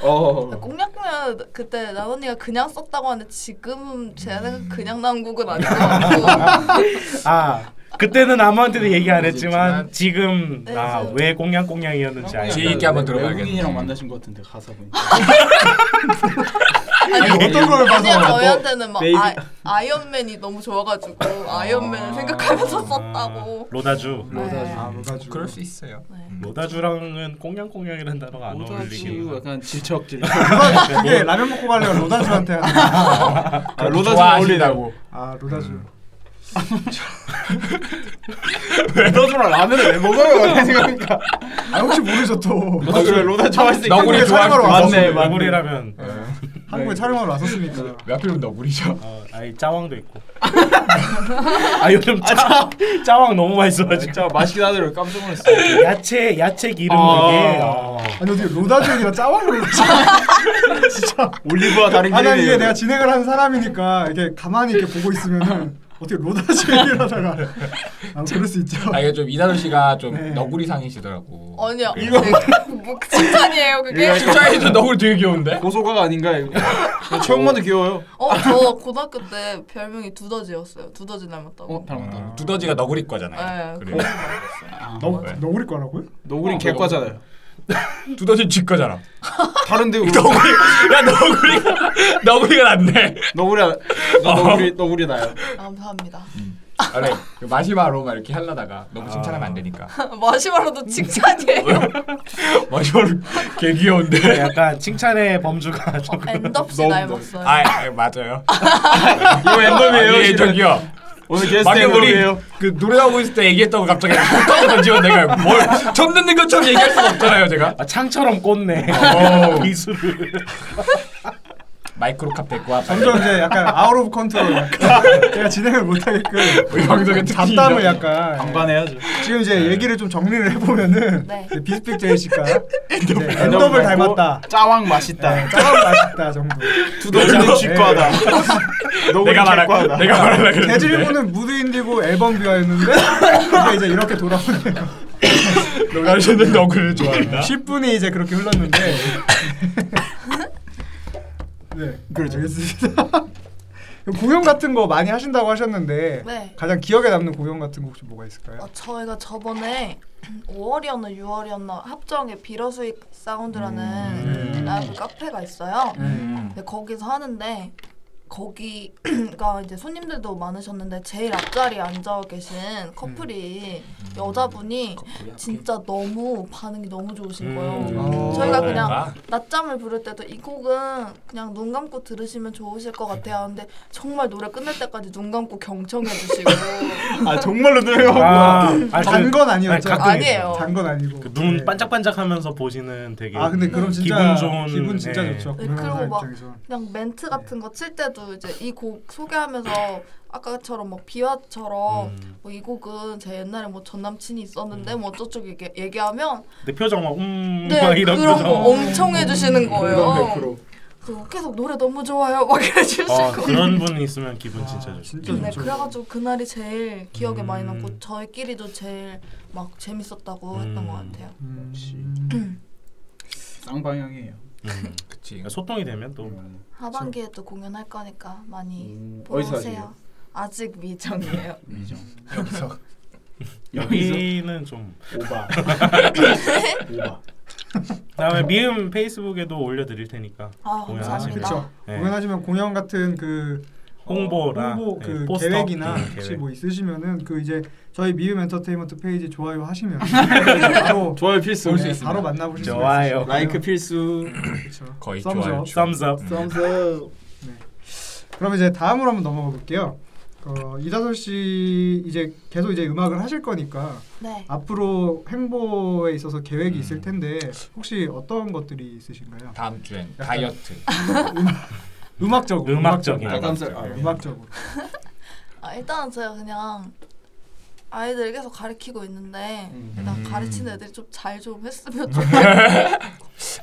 [SPEAKER 3] 어.
[SPEAKER 4] 꽁냥꽁냥 그때 나원이가 그냥 썼다고 하는데 지금 제 생각 그냥 나온 곡은 아닌 것 같고
[SPEAKER 2] 아 그때는 아무한테도 얘기 안 했지만 지금
[SPEAKER 4] 네,
[SPEAKER 2] 아
[SPEAKER 4] 저-
[SPEAKER 2] 왜 공냥공냥이었는지 알겠다.
[SPEAKER 5] 제 얘기 한번 들어봐야겠네.
[SPEAKER 3] 외국인이랑 만나신 것 같은데 가사 보니까.
[SPEAKER 1] 어떤 걸 봐서
[SPEAKER 4] 아니야 저희한테는 막
[SPEAKER 3] 베이비-
[SPEAKER 4] 아, 아이언맨이 너무 좋아가지고 아이언맨을 생각하면서 썼다고
[SPEAKER 2] 로다주.
[SPEAKER 4] 네.
[SPEAKER 1] 아 뭐가지고
[SPEAKER 5] 그럴 수 있어요.
[SPEAKER 4] 네.
[SPEAKER 2] 로다주랑은 꽁냥꽁냥이라는 단어가 안 어울리긴.
[SPEAKER 3] 로다주 약간 질척질.
[SPEAKER 1] 그게 라면 먹고 가려고 로다주한테 하는
[SPEAKER 3] 아, 로다주
[SPEAKER 5] 좋아하신다고.
[SPEAKER 3] 어울리다고.
[SPEAKER 1] 아 로다주
[SPEAKER 3] 로다주랑 라면을 왜 먹어요? 이렇게 생각하니까.
[SPEAKER 1] 아 혹시 모르죠 또
[SPEAKER 3] 아, 그래, 로다 좋아했으니까.
[SPEAKER 5] 너구리
[SPEAKER 3] 한국에
[SPEAKER 5] 좋아할
[SPEAKER 3] 촬영하러
[SPEAKER 5] 수
[SPEAKER 3] 왔네,
[SPEAKER 5] 있었어요.
[SPEAKER 3] 맞네.
[SPEAKER 2] 라굴이라면
[SPEAKER 1] 한국에 촬영하러 왔었으니까
[SPEAKER 5] 왜 하필 너구리죠?
[SPEAKER 2] 어, 아이 짜왕도 있고. 아 요즘 짜, 짜왕 너무 맛있어가지고.
[SPEAKER 3] 진짜 맛있긴 하더라고 깜짝 놀랐어.
[SPEAKER 2] 야채 야채 기름
[SPEAKER 3] 아.
[SPEAKER 2] 그게. 어.
[SPEAKER 1] 아니 어떻게 로다주이랑 짜왕을
[SPEAKER 3] 올리브와 다른
[SPEAKER 1] 아니 아니, 이게
[SPEAKER 3] 기름이에요.
[SPEAKER 1] 내가 진행을 하는 사람이니까 이게 가만히 이렇게 보고 있으면은 어떻게 로다시 얘기를 하다가 아, 그럴 수 있죠.
[SPEAKER 5] 아 이게 좀 이다도 씨가 좀
[SPEAKER 1] 네.
[SPEAKER 5] 너구리상이시더라고.
[SPEAKER 4] 아니요. 되게 뭐 칭찬이에요 그게?
[SPEAKER 5] 칭찬해줘 너구리 되게
[SPEAKER 3] 네.
[SPEAKER 5] 귀여운데?
[SPEAKER 3] 고소가가 아닌가 이거. 처음만도 귀여워요.
[SPEAKER 4] 어, 저 고등학교 때 별명이 두더지였어요. 두더지 닮았다고.
[SPEAKER 3] 어 닮았다.
[SPEAKER 5] 어, 두더지가 너구리 거잖아요.
[SPEAKER 4] 네,
[SPEAKER 5] 그래.
[SPEAKER 1] 너
[SPEAKER 5] 네.
[SPEAKER 1] 너구리 거라고요?
[SPEAKER 3] 노구린
[SPEAKER 5] 어,
[SPEAKER 3] 개과잖아요.
[SPEAKER 5] 두더지 쥐 거잖아.
[SPEAKER 3] 다른데 우리
[SPEAKER 5] 너구리 야 너구리가 너구리가 낫네.
[SPEAKER 3] 너구리 안- 너 너구리 너구리 나요.
[SPEAKER 4] 감사합니다.
[SPEAKER 5] 원래 그 마시마로 막 이렇게 하려다가 너무 칭찬하면 안 되니까.
[SPEAKER 4] 마시마로도 칭찬이에요.
[SPEAKER 5] 마시마로 개 귀여운데.
[SPEAKER 2] 약간 칭찬의 범주가
[SPEAKER 4] 어,
[SPEAKER 2] 조금
[SPEAKER 4] 엔덥씨
[SPEAKER 3] 너무
[SPEAKER 4] 닮았어요.
[SPEAKER 5] 아, 아 맞아요.
[SPEAKER 3] 이거 앨범이에요.
[SPEAKER 5] 아니,
[SPEAKER 3] 실은.
[SPEAKER 5] 저기요.
[SPEAKER 3] 오늘 게스트
[SPEAKER 5] 방금 우리
[SPEAKER 3] 앨범이에요.
[SPEAKER 5] 그 노래 나오고 있을 때 얘기했던 거 갑자기 툭 던지고 내가 뭘 처음 듣는 것처럼 얘기할 수가 없잖아요 제가
[SPEAKER 2] 아, 창처럼 꽂네
[SPEAKER 5] 어우.
[SPEAKER 2] 비수를
[SPEAKER 5] 마이크로 컵 데리고 와
[SPEAKER 1] 점점 이제 약간 아웃 오브 컨트롤 약간 제가 진행을 못하게끔
[SPEAKER 5] 우리 방송의 특징이죠.
[SPEAKER 1] 잡담을 약간 네.
[SPEAKER 3] 반반해야죠.
[SPEAKER 1] 지금 이제 얘기를 좀 정리를 해보면은
[SPEAKER 4] 네.
[SPEAKER 1] 이제 비스픽 제이 씨가 이제 엔더블 네. 닮았다
[SPEAKER 3] 짜왕 맛있다.
[SPEAKER 1] 짜장 맛있다 정도
[SPEAKER 3] 두더지는 쥐과다. 너구리
[SPEAKER 5] 내가 말할
[SPEAKER 3] 개과다.
[SPEAKER 5] 내가 말하려 그랬는데
[SPEAKER 1] 대질문은 무드 인디고 앨범 뷰였는데 이게 이제 이렇게 돌아오네요 네,
[SPEAKER 5] 너가 하셨는데 너구리를 좋아한다
[SPEAKER 1] 10분이 이제 그렇게 흘렀는데 네 그렇죠 알겠습니다 공연 같은 거 많이 하신다고 하셨는데
[SPEAKER 4] 네.
[SPEAKER 1] 가장 기억에 남는 공연 같은 거 혹시 뭐가 있을까요?
[SPEAKER 4] 어, 저희가 저번에 5월이었나 6월이었나 합정에 비러수익 사운드라는 라이브 카페가 있어요.
[SPEAKER 5] 음.
[SPEAKER 4] 근데 거기서 하는데 거기가 이제 손님들도 많으셨는데 제일 앞자리에 앉아 계신 커플이 여자분이 진짜 너무 반응이 너무 좋으신 거예요.
[SPEAKER 1] 음.
[SPEAKER 4] 저희가
[SPEAKER 5] 아.
[SPEAKER 4] 그냥 낮잠을 부를 때도 이 곡은 그냥 눈 감고 들으시면 좋으실 것 같아요. 근데 정말 노래 끝날 때까지 눈 감고 경청해 주시고
[SPEAKER 3] 아 정말로 돼요.
[SPEAKER 1] 아, 잔건 아니었죠?
[SPEAKER 2] 그, 가끔
[SPEAKER 4] 아니에요.
[SPEAKER 1] 잔건 아니고
[SPEAKER 2] 그 눈
[SPEAKER 1] 네.
[SPEAKER 2] 반짝반짝하면서 보시는 되게
[SPEAKER 1] 아 근데 그럼 진짜
[SPEAKER 2] 기분 좋은
[SPEAKER 1] 기분 진짜
[SPEAKER 2] 예.
[SPEAKER 1] 좋죠.
[SPEAKER 4] 네,
[SPEAKER 1] 그런
[SPEAKER 4] 그리고
[SPEAKER 1] 사람
[SPEAKER 4] 막-
[SPEAKER 1] 입장에선.
[SPEAKER 4] 그냥 멘트 같은 거 칠 때도 이제 이 곡 소개하면서 아까처럼 막 비화처럼
[SPEAKER 2] 음.
[SPEAKER 4] 뭐 이 곡은 제 옛날에 뭐 전 남친이 있었는데 뭐 어쩌고 얘기, 얘기하면
[SPEAKER 2] 내 표정 막음
[SPEAKER 4] 네
[SPEAKER 2] 막
[SPEAKER 4] 그런
[SPEAKER 2] 이런
[SPEAKER 4] 거
[SPEAKER 2] 표정
[SPEAKER 4] 엄청 해주시는 거예요.
[SPEAKER 3] 공감 100%.
[SPEAKER 4] 그리고 계속 노래 너무 좋아요 막 해주시고.
[SPEAKER 2] 아, 그런 분 있으면 기분 진짜 좋죠
[SPEAKER 1] 아, 진짜
[SPEAKER 4] 네,
[SPEAKER 1] 좋죠.
[SPEAKER 4] 그래가지고 그날이 제일 기억에 많이
[SPEAKER 2] 음.
[SPEAKER 4] 남고 저희끼리도 제일 막 재밌었다고 했던
[SPEAKER 2] 음.
[SPEAKER 4] 것 같아요.
[SPEAKER 1] 음,
[SPEAKER 3] 쌍방향이에요.
[SPEAKER 4] 네.
[SPEAKER 2] 음.
[SPEAKER 5] 그치
[SPEAKER 2] 그러니까 소통이 되면
[SPEAKER 1] 음.
[SPEAKER 2] 또
[SPEAKER 4] 음. 하반기에 또 공연할 거니까 많이
[SPEAKER 3] 음,
[SPEAKER 4] 보러
[SPEAKER 3] 어디서
[SPEAKER 4] 오세요. 아직 미정이에요.
[SPEAKER 3] 미정.
[SPEAKER 5] 여기서
[SPEAKER 3] 여기서
[SPEAKER 2] 여기는 좀
[SPEAKER 3] 오바. 오바.
[SPEAKER 2] 그다음에 미음 페이스북에도 올려드릴 테니까
[SPEAKER 4] 아
[SPEAKER 2] 공연하시면.
[SPEAKER 4] 감사합니다.
[SPEAKER 1] 그렇죠.
[SPEAKER 2] 네.
[SPEAKER 1] 공연하시면 공연 같은 그
[SPEAKER 2] 홍보랑
[SPEAKER 1] 홍보
[SPEAKER 2] 네,
[SPEAKER 1] 그
[SPEAKER 2] 포스터.
[SPEAKER 1] 계획이나
[SPEAKER 2] 네,
[SPEAKER 1] 혹시
[SPEAKER 2] 계획.
[SPEAKER 1] 뭐 있으시면은 그 이제 저희 미음 엔터테인먼트 페이지 좋아요 하시면 바로
[SPEAKER 3] 좋아요 필수.
[SPEAKER 5] 볼수
[SPEAKER 1] 네,
[SPEAKER 5] 있습니다.
[SPEAKER 1] 바로 만나보실 수
[SPEAKER 2] 좋아요.
[SPEAKER 1] 있어요.
[SPEAKER 3] 라이크 필수.
[SPEAKER 1] 그렇죠.
[SPEAKER 5] 거의
[SPEAKER 1] 썸스
[SPEAKER 5] 좋아요.
[SPEAKER 1] 업.
[SPEAKER 2] 썸스업
[SPEAKER 3] 썸스.
[SPEAKER 1] 그럼 이제 다음으로 한번 넘어가 볼게요. 어, 이다솔 씨 이제 계속 이제 음악을 하실 거니까
[SPEAKER 4] 네.
[SPEAKER 1] 앞으로 행보에 있어서 계획이 있을 텐데 혹시 어떤 것들이 있으신가요?
[SPEAKER 5] 다음 주엔 다이어트
[SPEAKER 1] 음악적으로
[SPEAKER 2] 음악적인
[SPEAKER 1] 음악적으로.
[SPEAKER 3] 닭가슴살.
[SPEAKER 1] 아, 음악적으로
[SPEAKER 4] 아, 일단은 제가 그냥 아이들 계속 가르치고 있는데
[SPEAKER 3] 음.
[SPEAKER 4] 일단
[SPEAKER 5] 음.
[SPEAKER 4] 가르치는 애들 좀 잘 좀 했으면 좋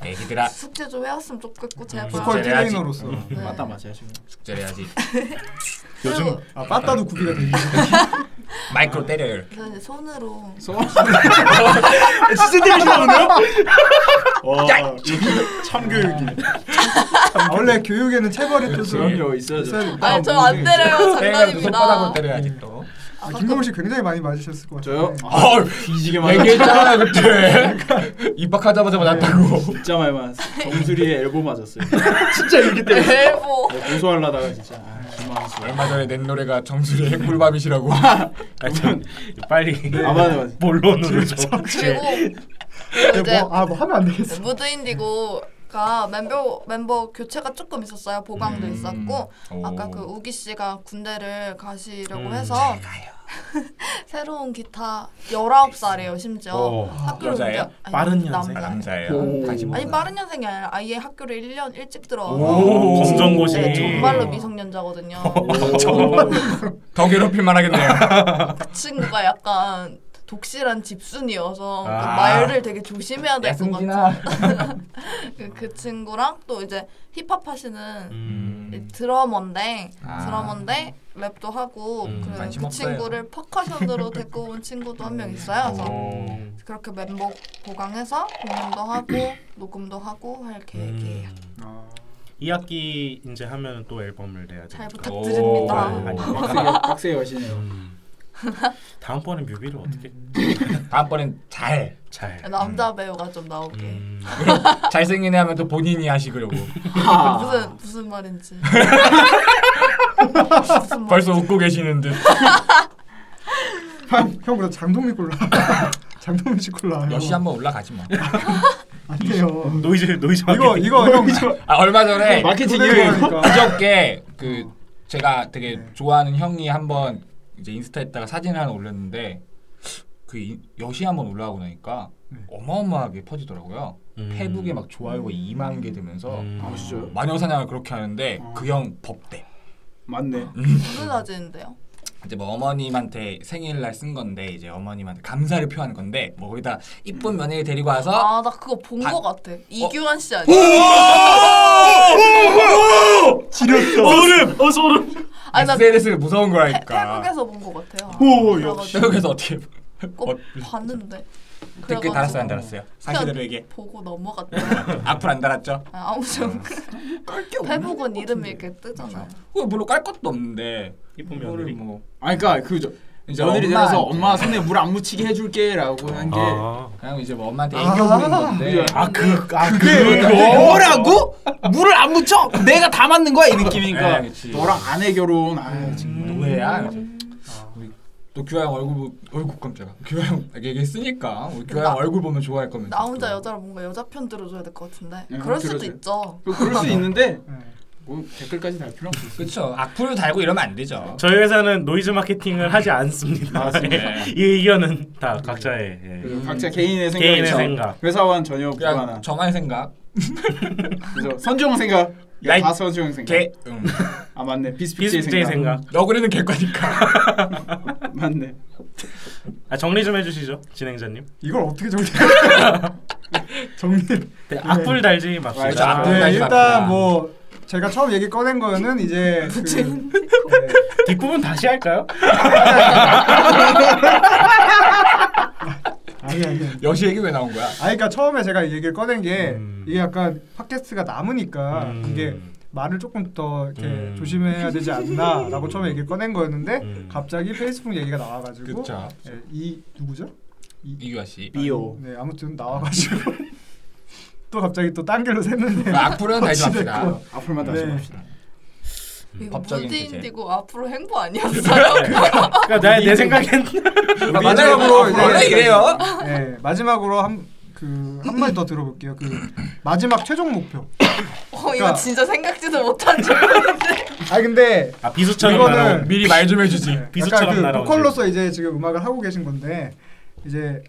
[SPEAKER 5] 애기들아
[SPEAKER 4] 숙제 좀 해왔으면 좋겠고 제발.
[SPEAKER 1] 보컬
[SPEAKER 5] 잘해야지.
[SPEAKER 1] 트레이너로서
[SPEAKER 4] 네.
[SPEAKER 3] 음, 맞다 맞아요 지금.
[SPEAKER 5] 숙제를 해야지
[SPEAKER 4] 그리고
[SPEAKER 2] 요즘
[SPEAKER 1] 아 빠따도 구비가 되기
[SPEAKER 5] 마이크로 때려요
[SPEAKER 4] 저는 이제 손으로
[SPEAKER 3] 썸. 진짜 때리시나 보네요. 와. 참교육이.
[SPEAKER 1] 아, 원래 교육에는 체벌이 또 좀-
[SPEAKER 3] 그럼요 네. 있어야죠.
[SPEAKER 1] 있어야
[SPEAKER 4] 아니 저 안 때려요 장난입니다.
[SPEAKER 5] 뭐, 네, 손바닥으로 때려야지 또
[SPEAKER 1] 네. 아, 김동욱 씨 굉장히 많이 맞으셨을 것
[SPEAKER 3] 저요?
[SPEAKER 1] 같아요.
[SPEAKER 5] 어,
[SPEAKER 3] 뒤지게 맞아.
[SPEAKER 5] 얘기했잖아 그때 입학하자마자 맞았다고
[SPEAKER 3] 진짜 많이 맞았어요. 정수리에 엘보 맞았어요. 진짜 이렇게 때렸어요.
[SPEAKER 4] 대보.
[SPEAKER 3] 네, 고소하려다가 진짜 아, 기만했어요.
[SPEAKER 5] 얼마 전에 낸 노래가 정수리 핵물밥이시라고
[SPEAKER 2] 아, 참, 빨리
[SPEAKER 1] 네,
[SPEAKER 3] 아 맞아 맞아.
[SPEAKER 2] 본론으로 좀
[SPEAKER 4] 그리고 그리고
[SPEAKER 1] 근데
[SPEAKER 4] 이제
[SPEAKER 1] 뭐, 아, 뭐 하면 안 되겠어.
[SPEAKER 4] 무드 인디고가 멤버 멤버 교체가 조금 있었어요. 보강도
[SPEAKER 5] 음.
[SPEAKER 4] 있었고
[SPEAKER 5] 오.
[SPEAKER 4] 아까 그 우기 씨가 군대를 가시려고
[SPEAKER 2] 음.
[SPEAKER 4] 해서 새로운 기타 19살이에요 심지어
[SPEAKER 2] 오.
[SPEAKER 4] 학교를
[SPEAKER 5] 여자예요?
[SPEAKER 4] 옮겨- 아니,
[SPEAKER 2] 빠른
[SPEAKER 4] 남자.
[SPEAKER 2] 년생.
[SPEAKER 5] 남자예요
[SPEAKER 4] 아니 빠른 년생이 아니라 아예 학교를 1년 일찍
[SPEAKER 5] 오,
[SPEAKER 4] 들어와서
[SPEAKER 2] 검정고시.
[SPEAKER 4] 네,
[SPEAKER 2] 어.
[SPEAKER 4] 정말로
[SPEAKER 3] 어.
[SPEAKER 4] 미성년자거든요
[SPEAKER 3] 오.
[SPEAKER 5] 더 괴롭힐 만하겠네요
[SPEAKER 4] 그 친구가 약간 독실한 집순이어서 그
[SPEAKER 2] 아.
[SPEAKER 4] 말을 되게 조심해야 될 것 같아요. 그, 그 친구랑 또 이제 힙합 하시는 네,
[SPEAKER 2] 음.
[SPEAKER 4] 드러머인데
[SPEAKER 5] 아.
[SPEAKER 4] 드러머인데 랩도 하고
[SPEAKER 2] 음,
[SPEAKER 4] 그리고
[SPEAKER 5] 관심
[SPEAKER 4] 그
[SPEAKER 5] 없어요.
[SPEAKER 4] 친구를 퍼커션으로 데리고 온 친구도 한 명 있어요. 그래서
[SPEAKER 2] 어.
[SPEAKER 4] 그렇게 멤버 보강해서 공연도 하고 녹음도 하고 할 계획이에요.
[SPEAKER 2] 음.
[SPEAKER 1] 아,
[SPEAKER 2] 이 학기 이제 하면 또 앨범을 내야 돼.
[SPEAKER 4] 잘
[SPEAKER 5] 오. 네.
[SPEAKER 4] 부탁드립니다.
[SPEAKER 2] 아니,
[SPEAKER 3] 빡세게 하시네요.
[SPEAKER 2] 음. 다음번에 뮤비를 어떻게
[SPEAKER 5] 다음번엔 잘
[SPEAKER 2] 잘.
[SPEAKER 4] 네, 남자 배우가 좀 나오게.
[SPEAKER 2] 음.
[SPEAKER 5] 잘생긴 애 하면 또 본인이 하시려고
[SPEAKER 4] 아.
[SPEAKER 3] 아,
[SPEAKER 5] 아.
[SPEAKER 4] 무슨 무슨 말인지. 무슨 말?
[SPEAKER 5] 벌써 웃고 계시는 듯
[SPEAKER 1] 형, 형 그래도 장동민 골라. 장동민 씨 골라.
[SPEAKER 5] 역시 한번 올라가지 뭐.
[SPEAKER 1] 안 돼요.
[SPEAKER 2] 노이즈 노이즈.
[SPEAKER 1] 이거
[SPEAKER 2] 마케팅.
[SPEAKER 1] 이거 형
[SPEAKER 5] 아 얼마 전에
[SPEAKER 3] 마케팅
[SPEAKER 1] 초대를 하니까.
[SPEAKER 3] 이거
[SPEAKER 5] 그저께 그 제가 되게
[SPEAKER 1] 네.
[SPEAKER 5] 좋아하는 형이 한번 이제 인스타에다가 사진 하나 올렸는데 그 이- 여시 한번 올라오고 나니까
[SPEAKER 1] 네.
[SPEAKER 5] 어마어마하게 퍼지더라고요.
[SPEAKER 2] 음.
[SPEAKER 5] 페북에 막 좋아요가 2만 개 되면서
[SPEAKER 2] 음.
[SPEAKER 3] 아 진짜요?
[SPEAKER 5] 마녀 사냥을 그렇게 하는데 그 형 법대.
[SPEAKER 3] 맞네.
[SPEAKER 4] 무슨 사진인데요?
[SPEAKER 5] 이제 뭐 어머님한테 생일날 쓴 건데 이제 어머님한테 감사를 표하는 건데 뭐 거기다 이쁜 며느리 데리고 와서
[SPEAKER 4] 아 나 그거 본
[SPEAKER 5] 다- 어.
[SPEAKER 4] 거 같아. 이규환 씨 아니야?
[SPEAKER 3] 지렸어. 소름. 어 소름.
[SPEAKER 4] 아니 나 태,
[SPEAKER 5] SNS를 무서운 거라니까.
[SPEAKER 4] 태국에서 본 거 같아요.
[SPEAKER 3] 오,
[SPEAKER 4] 그래가지고
[SPEAKER 5] 태국에서 어떻게
[SPEAKER 4] 꼭
[SPEAKER 5] 어,
[SPEAKER 4] 봤는데.
[SPEAKER 5] 댓글
[SPEAKER 4] 그래가지고
[SPEAKER 5] 달았어요 안 달았어요? 사실대로 얘기해.
[SPEAKER 4] 그러니까 보고 넘어갔다.
[SPEAKER 5] 앞으로 안 달았죠?
[SPEAKER 4] 아, 아무 좀 페북은 이름이 이렇게 뜨잖아요.
[SPEAKER 5] 그거 별로 깔 것도 없는데
[SPEAKER 2] 이쁜
[SPEAKER 5] 그거를
[SPEAKER 2] 며느리.
[SPEAKER 5] 뭐
[SPEAKER 3] 아니 그러니까 그죠.
[SPEAKER 5] 이제
[SPEAKER 3] 며느리 들어서
[SPEAKER 5] 엄마한테-
[SPEAKER 3] 엄마 손에 물 안 묻히게 해줄게라고 한 게
[SPEAKER 2] 아.
[SPEAKER 5] 그냥 이제 뭐 엄마한테 애교 부린
[SPEAKER 3] 예.
[SPEAKER 5] 건데
[SPEAKER 2] 아그아
[SPEAKER 3] 그게 뭐라고? 물을 안 묻혀? 내가 다 맞는 거야 이
[SPEAKER 5] 네,
[SPEAKER 3] 느낌이니까.
[SPEAKER 5] 그치.
[SPEAKER 3] 너랑 아내 결혼. 아 정말.
[SPEAKER 5] 노예야. 그래서 우리 또 규하 형 얼굴 보- 얼굴 깜짝아. 규하 형 얘기했으니까 우리 규하
[SPEAKER 4] 나-
[SPEAKER 5] 형 얼굴 보면 좋아할
[SPEAKER 4] 그러니까
[SPEAKER 5] 겁니다.
[SPEAKER 4] 나 혼자 여자라 뭔가 여자 편 들어줘야 될 것 같은데.
[SPEAKER 3] 네,
[SPEAKER 4] 그럴 수도
[SPEAKER 3] 들어줘요.
[SPEAKER 4] 있죠.
[SPEAKER 3] 그럴 수 있는데
[SPEAKER 1] 네.
[SPEAKER 3] 뭐 댓글까지 달 필요 없어.
[SPEAKER 5] 그렇죠. 악플 달고 이러면 안 되죠.
[SPEAKER 2] 저희 회사는 노이즈 마케팅을 하지 않습니다.
[SPEAKER 5] 맞습니다. 음.
[SPEAKER 2] 이 의견은 다 각자의 예.
[SPEAKER 3] 아. 네. 그리고 각자 개인의 생각.
[SPEAKER 2] 개인의 생각.
[SPEAKER 3] 회사와는 전혀
[SPEAKER 5] 그냥
[SPEAKER 3] 무관한.
[SPEAKER 5] 저만의 생각.
[SPEAKER 3] 그래서 선종 생각. 이거
[SPEAKER 5] 라이-
[SPEAKER 3] 다 선종 생각.
[SPEAKER 5] 개. 응.
[SPEAKER 3] 아 맞네. 비스피치의
[SPEAKER 2] 비스제의
[SPEAKER 3] 생각.
[SPEAKER 2] 생각.
[SPEAKER 5] 음. 너구리는 개과니까.
[SPEAKER 3] 맞네.
[SPEAKER 2] 아 정리 좀 해주시죠 진행자님.
[SPEAKER 1] 이걸 어떻게 정리? 정리.
[SPEAKER 2] 네, 악플 달지 맙시다.
[SPEAKER 5] 그렇죠. 악플
[SPEAKER 1] 네,
[SPEAKER 5] 달지 맙시다.
[SPEAKER 1] 일단 뭐 제가 처음 얘기 꺼낸 거는 이제 그, 네.
[SPEAKER 2] 뒷부분 다시 할까요?
[SPEAKER 1] 아니 아니. 아니.
[SPEAKER 5] 여시 얘기 왜 나온 거야?
[SPEAKER 1] 아니 그러니까 처음에 제가 이 얘기를 꺼낸 게
[SPEAKER 2] 음.
[SPEAKER 1] 이게 약간 팟캐스트가 남으니까
[SPEAKER 2] 음.
[SPEAKER 1] 이게 말을 조금 더 이렇게
[SPEAKER 2] 음.
[SPEAKER 1] 조심해야 되지 않나라고 처음에 얘기를 꺼낸 거였는데
[SPEAKER 2] 음.
[SPEAKER 1] 갑자기 페이스북 얘기가 나와가지고
[SPEAKER 5] 그쵸.
[SPEAKER 1] 예, 이 누구죠?
[SPEAKER 5] 이규하 씨.
[SPEAKER 3] 미오.
[SPEAKER 1] 네 아무튼 나와가지고 또 갑자기 또 딴 길로
[SPEAKER 5] 그
[SPEAKER 1] 샜는데
[SPEAKER 5] 악플은 달지 맙시다.
[SPEAKER 1] 어찌됐건.
[SPEAKER 3] 앞으로만 그 다시
[SPEAKER 1] 네.
[SPEAKER 3] 봅시다.
[SPEAKER 4] 이거
[SPEAKER 5] 법적인
[SPEAKER 4] 문재인이고 앞으로 행보 아니었어요?
[SPEAKER 2] 그러니까 내, 내 생각엔
[SPEAKER 1] 우리
[SPEAKER 5] 마지막으로
[SPEAKER 1] 이제-
[SPEAKER 5] 원래 이래요.
[SPEAKER 1] 네 마지막으로 한 그 한마디 더 들어볼게요. 그 마지막 최종 목표.
[SPEAKER 4] 어, 이거 진짜 생각지도 못한 질문인데.
[SPEAKER 1] 아 근데
[SPEAKER 2] 아 비수처럼
[SPEAKER 1] 이거는-
[SPEAKER 2] 날아온
[SPEAKER 5] 미리 말 좀 해주지.
[SPEAKER 2] 네, 비수처럼
[SPEAKER 1] 약간 그
[SPEAKER 2] 날아오지.
[SPEAKER 1] 보컬로서 이제 지금 음악을 하고 계신 건데 이제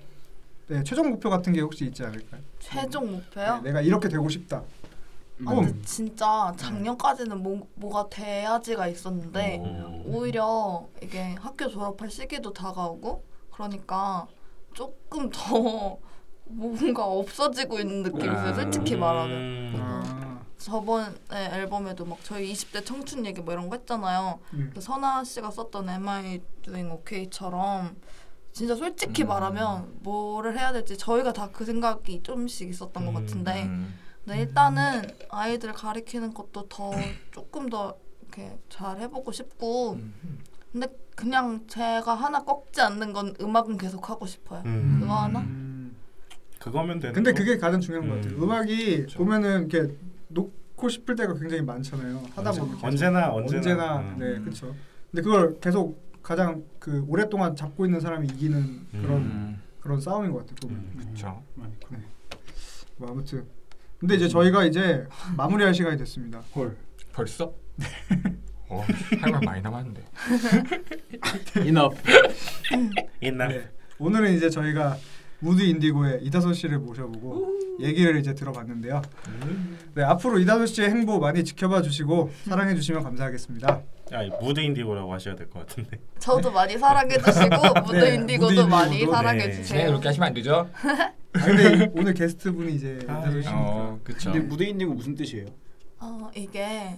[SPEAKER 1] 네, 최종 목표 같은 게 혹시 있지 않을까요?
[SPEAKER 4] 최종 목표요?
[SPEAKER 1] 네, 어. 내가 이렇게 되고 싶다.
[SPEAKER 4] 아,
[SPEAKER 1] 꿈.
[SPEAKER 4] 근데 진짜 작년까지는 뭐, 뭐가 돼야지가 있었는데
[SPEAKER 2] 오.
[SPEAKER 4] 오히려 이게 학교 졸업할 시기도 다가오고 그러니까 조금 더 뭔가 없어지고 있는 느낌이 있어요.
[SPEAKER 5] 아.
[SPEAKER 2] 음,
[SPEAKER 4] 솔직히 말하면
[SPEAKER 1] 아,
[SPEAKER 4] 저번에 앨범에도 막 저희 20대 청춘 얘기 뭐 이런 거 했잖아요.
[SPEAKER 1] 음.
[SPEAKER 4] 그 선아 씨가 썼던 Am I Doing OK처럼 진짜 솔직히 말하면 뭐를 해야 될지 저희가 다 그 생각이 조금씩 있었던 것 같은데
[SPEAKER 5] 음.
[SPEAKER 4] 근데 일단은 아이들 가리키는 것도 더 조금 더 이렇게 잘 해보고 싶고 근데 그냥 제가 하나 꺾지 않는 건 음악은 계속 하고 싶어요.
[SPEAKER 2] 음.
[SPEAKER 4] 그거 하나?
[SPEAKER 1] 음.
[SPEAKER 2] 그거면 되는.
[SPEAKER 1] 근데
[SPEAKER 2] 거.
[SPEAKER 1] 그게 가장 중요한 것
[SPEAKER 2] 네, 음.
[SPEAKER 1] 같아요. 음악이 보면은 이렇게 놓고 싶을 때가 굉장히 많잖아요. 하다 보면 계속
[SPEAKER 2] 언제나 언제나.
[SPEAKER 1] 언제나
[SPEAKER 2] 음.
[SPEAKER 1] 네 그렇죠. 근데 그걸 계속 가장 그 오랫동안 잡고 있는 사람이 이기는 그런
[SPEAKER 5] 음.
[SPEAKER 1] 그런 싸움인 것 같아요. 보면.
[SPEAKER 2] 음.
[SPEAKER 5] 그렇죠.
[SPEAKER 1] 뭐 아무튼 근데 이제 저희가 이제 마무리할 시간이 됐습니다.
[SPEAKER 3] 헐.
[SPEAKER 5] 벌써? 어, 할말 많이 남았는데.
[SPEAKER 3] 이너.
[SPEAKER 2] 있나?
[SPEAKER 1] 네. 오늘은 이제 저희가 무드 인디고의 이다솜 씨를 모셔보고 얘기를 이제
[SPEAKER 2] 음.
[SPEAKER 1] 들어봤는데요. 네, 앞으로 이다솜 씨의 행보 많이 지켜봐 주시고 사랑해 주시면 감사하겠습니다.
[SPEAKER 2] 아, 무드 인디고라고 하셔야 될 것 같은데.
[SPEAKER 4] 저도 많이 사랑해 주시고 무드
[SPEAKER 1] 네,
[SPEAKER 4] 인디고도
[SPEAKER 1] 무드
[SPEAKER 4] 많이
[SPEAKER 1] 인디고도,
[SPEAKER 4] 사랑해
[SPEAKER 2] 네.
[SPEAKER 5] 네,
[SPEAKER 4] 주세요.
[SPEAKER 5] 그렇게 하시면 안 되죠.
[SPEAKER 1] 아, 근데 오늘 게스트 분이 이제
[SPEAKER 2] 아,
[SPEAKER 1] 나서시니까
[SPEAKER 5] 어, 그렇죠.
[SPEAKER 3] 근데 무대 인디고 무슨 뜻이에요?
[SPEAKER 4] 어 이게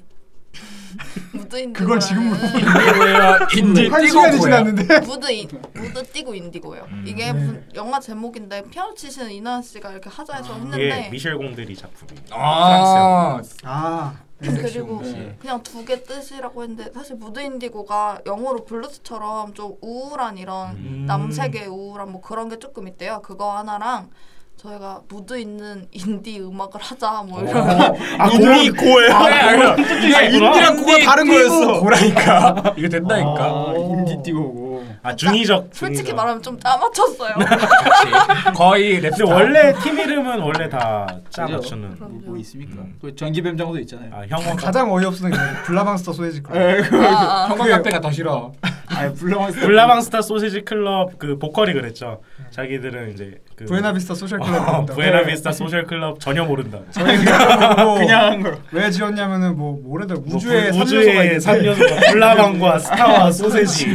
[SPEAKER 4] 무드 인디고
[SPEAKER 1] 그걸 지금 물어보는
[SPEAKER 5] 인디
[SPEAKER 1] 한 시간이 지났는데
[SPEAKER 4] 무드 인, 무드 띄고 인디고예요.
[SPEAKER 5] 음.
[SPEAKER 4] 이게
[SPEAKER 1] 네.
[SPEAKER 4] 무슨 영화 제목인데 피아노 치시는 이나 씨가 이렇게 하자해서
[SPEAKER 2] 이게
[SPEAKER 5] 예,
[SPEAKER 4] 했는데
[SPEAKER 2] 미셸 공들이 작품이에요.
[SPEAKER 5] 아,
[SPEAKER 1] 아
[SPEAKER 4] 그리고
[SPEAKER 5] 네.
[SPEAKER 4] 그냥 두 개 뜻이라고 했는데 사실 무드 인디고가 영어로 블루스처럼 좀 우울한 이런
[SPEAKER 5] 음.
[SPEAKER 4] 남색의 우울한 뭐 그런 게 조금 있대요. 그거 하나랑 저희가 무드 있는 인디 음악을 하자 뭐 이런
[SPEAKER 5] 어,
[SPEAKER 3] 아 고기 고예요?
[SPEAKER 5] 네, 야, 인디랑
[SPEAKER 3] 인디랑 고가 다른 거였어.
[SPEAKER 5] 고라니까. 이거 된다니까.
[SPEAKER 3] 아, 인디 띄고고.
[SPEAKER 2] 아 중의적.
[SPEAKER 4] 그러니까 솔직히
[SPEAKER 2] 중의적.
[SPEAKER 4] 말하면 좀 짜맞췄어요.
[SPEAKER 5] 네. 그치. 거의 랩스
[SPEAKER 2] 근데 원래 팀 이름은 원래 다
[SPEAKER 3] 그죠?
[SPEAKER 2] 짜맞추는.
[SPEAKER 4] 그렇죠.
[SPEAKER 3] 뭐, 뭐 있습니까?
[SPEAKER 5] 음.
[SPEAKER 3] 그 전기뱀장어도 있잖아요.
[SPEAKER 2] 아 형원.
[SPEAKER 1] 가장 어이없는 게 블라방스터 소세지 클럽
[SPEAKER 2] 예.
[SPEAKER 3] 에, 그-
[SPEAKER 4] 아, 아.
[SPEAKER 5] 형광 카페가 더 싫어.
[SPEAKER 3] 아니 불러만
[SPEAKER 2] 블라방스타 소시지 클럽 그 보컬이 그랬죠. 자기들은 이제 그
[SPEAKER 1] 부에나비스타 네. 소셜
[SPEAKER 2] 어,
[SPEAKER 1] 클럽
[SPEAKER 2] 부에나비스타 소셜 클럽 전혀 모른다고.
[SPEAKER 1] 그냥
[SPEAKER 3] 그냥 한 거.
[SPEAKER 1] 왜 지었냐면은 뭐 뭐래들
[SPEAKER 2] 뭐,
[SPEAKER 1] 우주의
[SPEAKER 2] 부-
[SPEAKER 1] 삼요소가
[SPEAKER 2] 우주의
[SPEAKER 1] 있는데
[SPEAKER 2] 삼요소가 블라방과 스타와 소세지.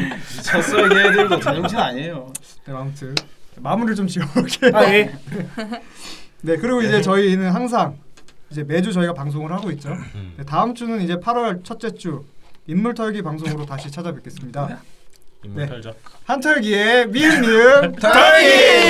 [SPEAKER 3] 졌어 얘네들도 정신 아니에요.
[SPEAKER 1] 네, 아무튼 마무리를 좀 지어볼게요.
[SPEAKER 2] 아 예.
[SPEAKER 1] 네 그리고 이제 저희는 항상 이제 매주 저희가 방송을 하고 있죠. 네, 다음 주는 이제 8월 첫째 주 인물 털기 방송으로
[SPEAKER 2] 네.
[SPEAKER 1] 다시 찾아뵙겠습니다.
[SPEAKER 2] 인물 털죠.
[SPEAKER 1] 네. 한털기의 미음 미음
[SPEAKER 5] 털기!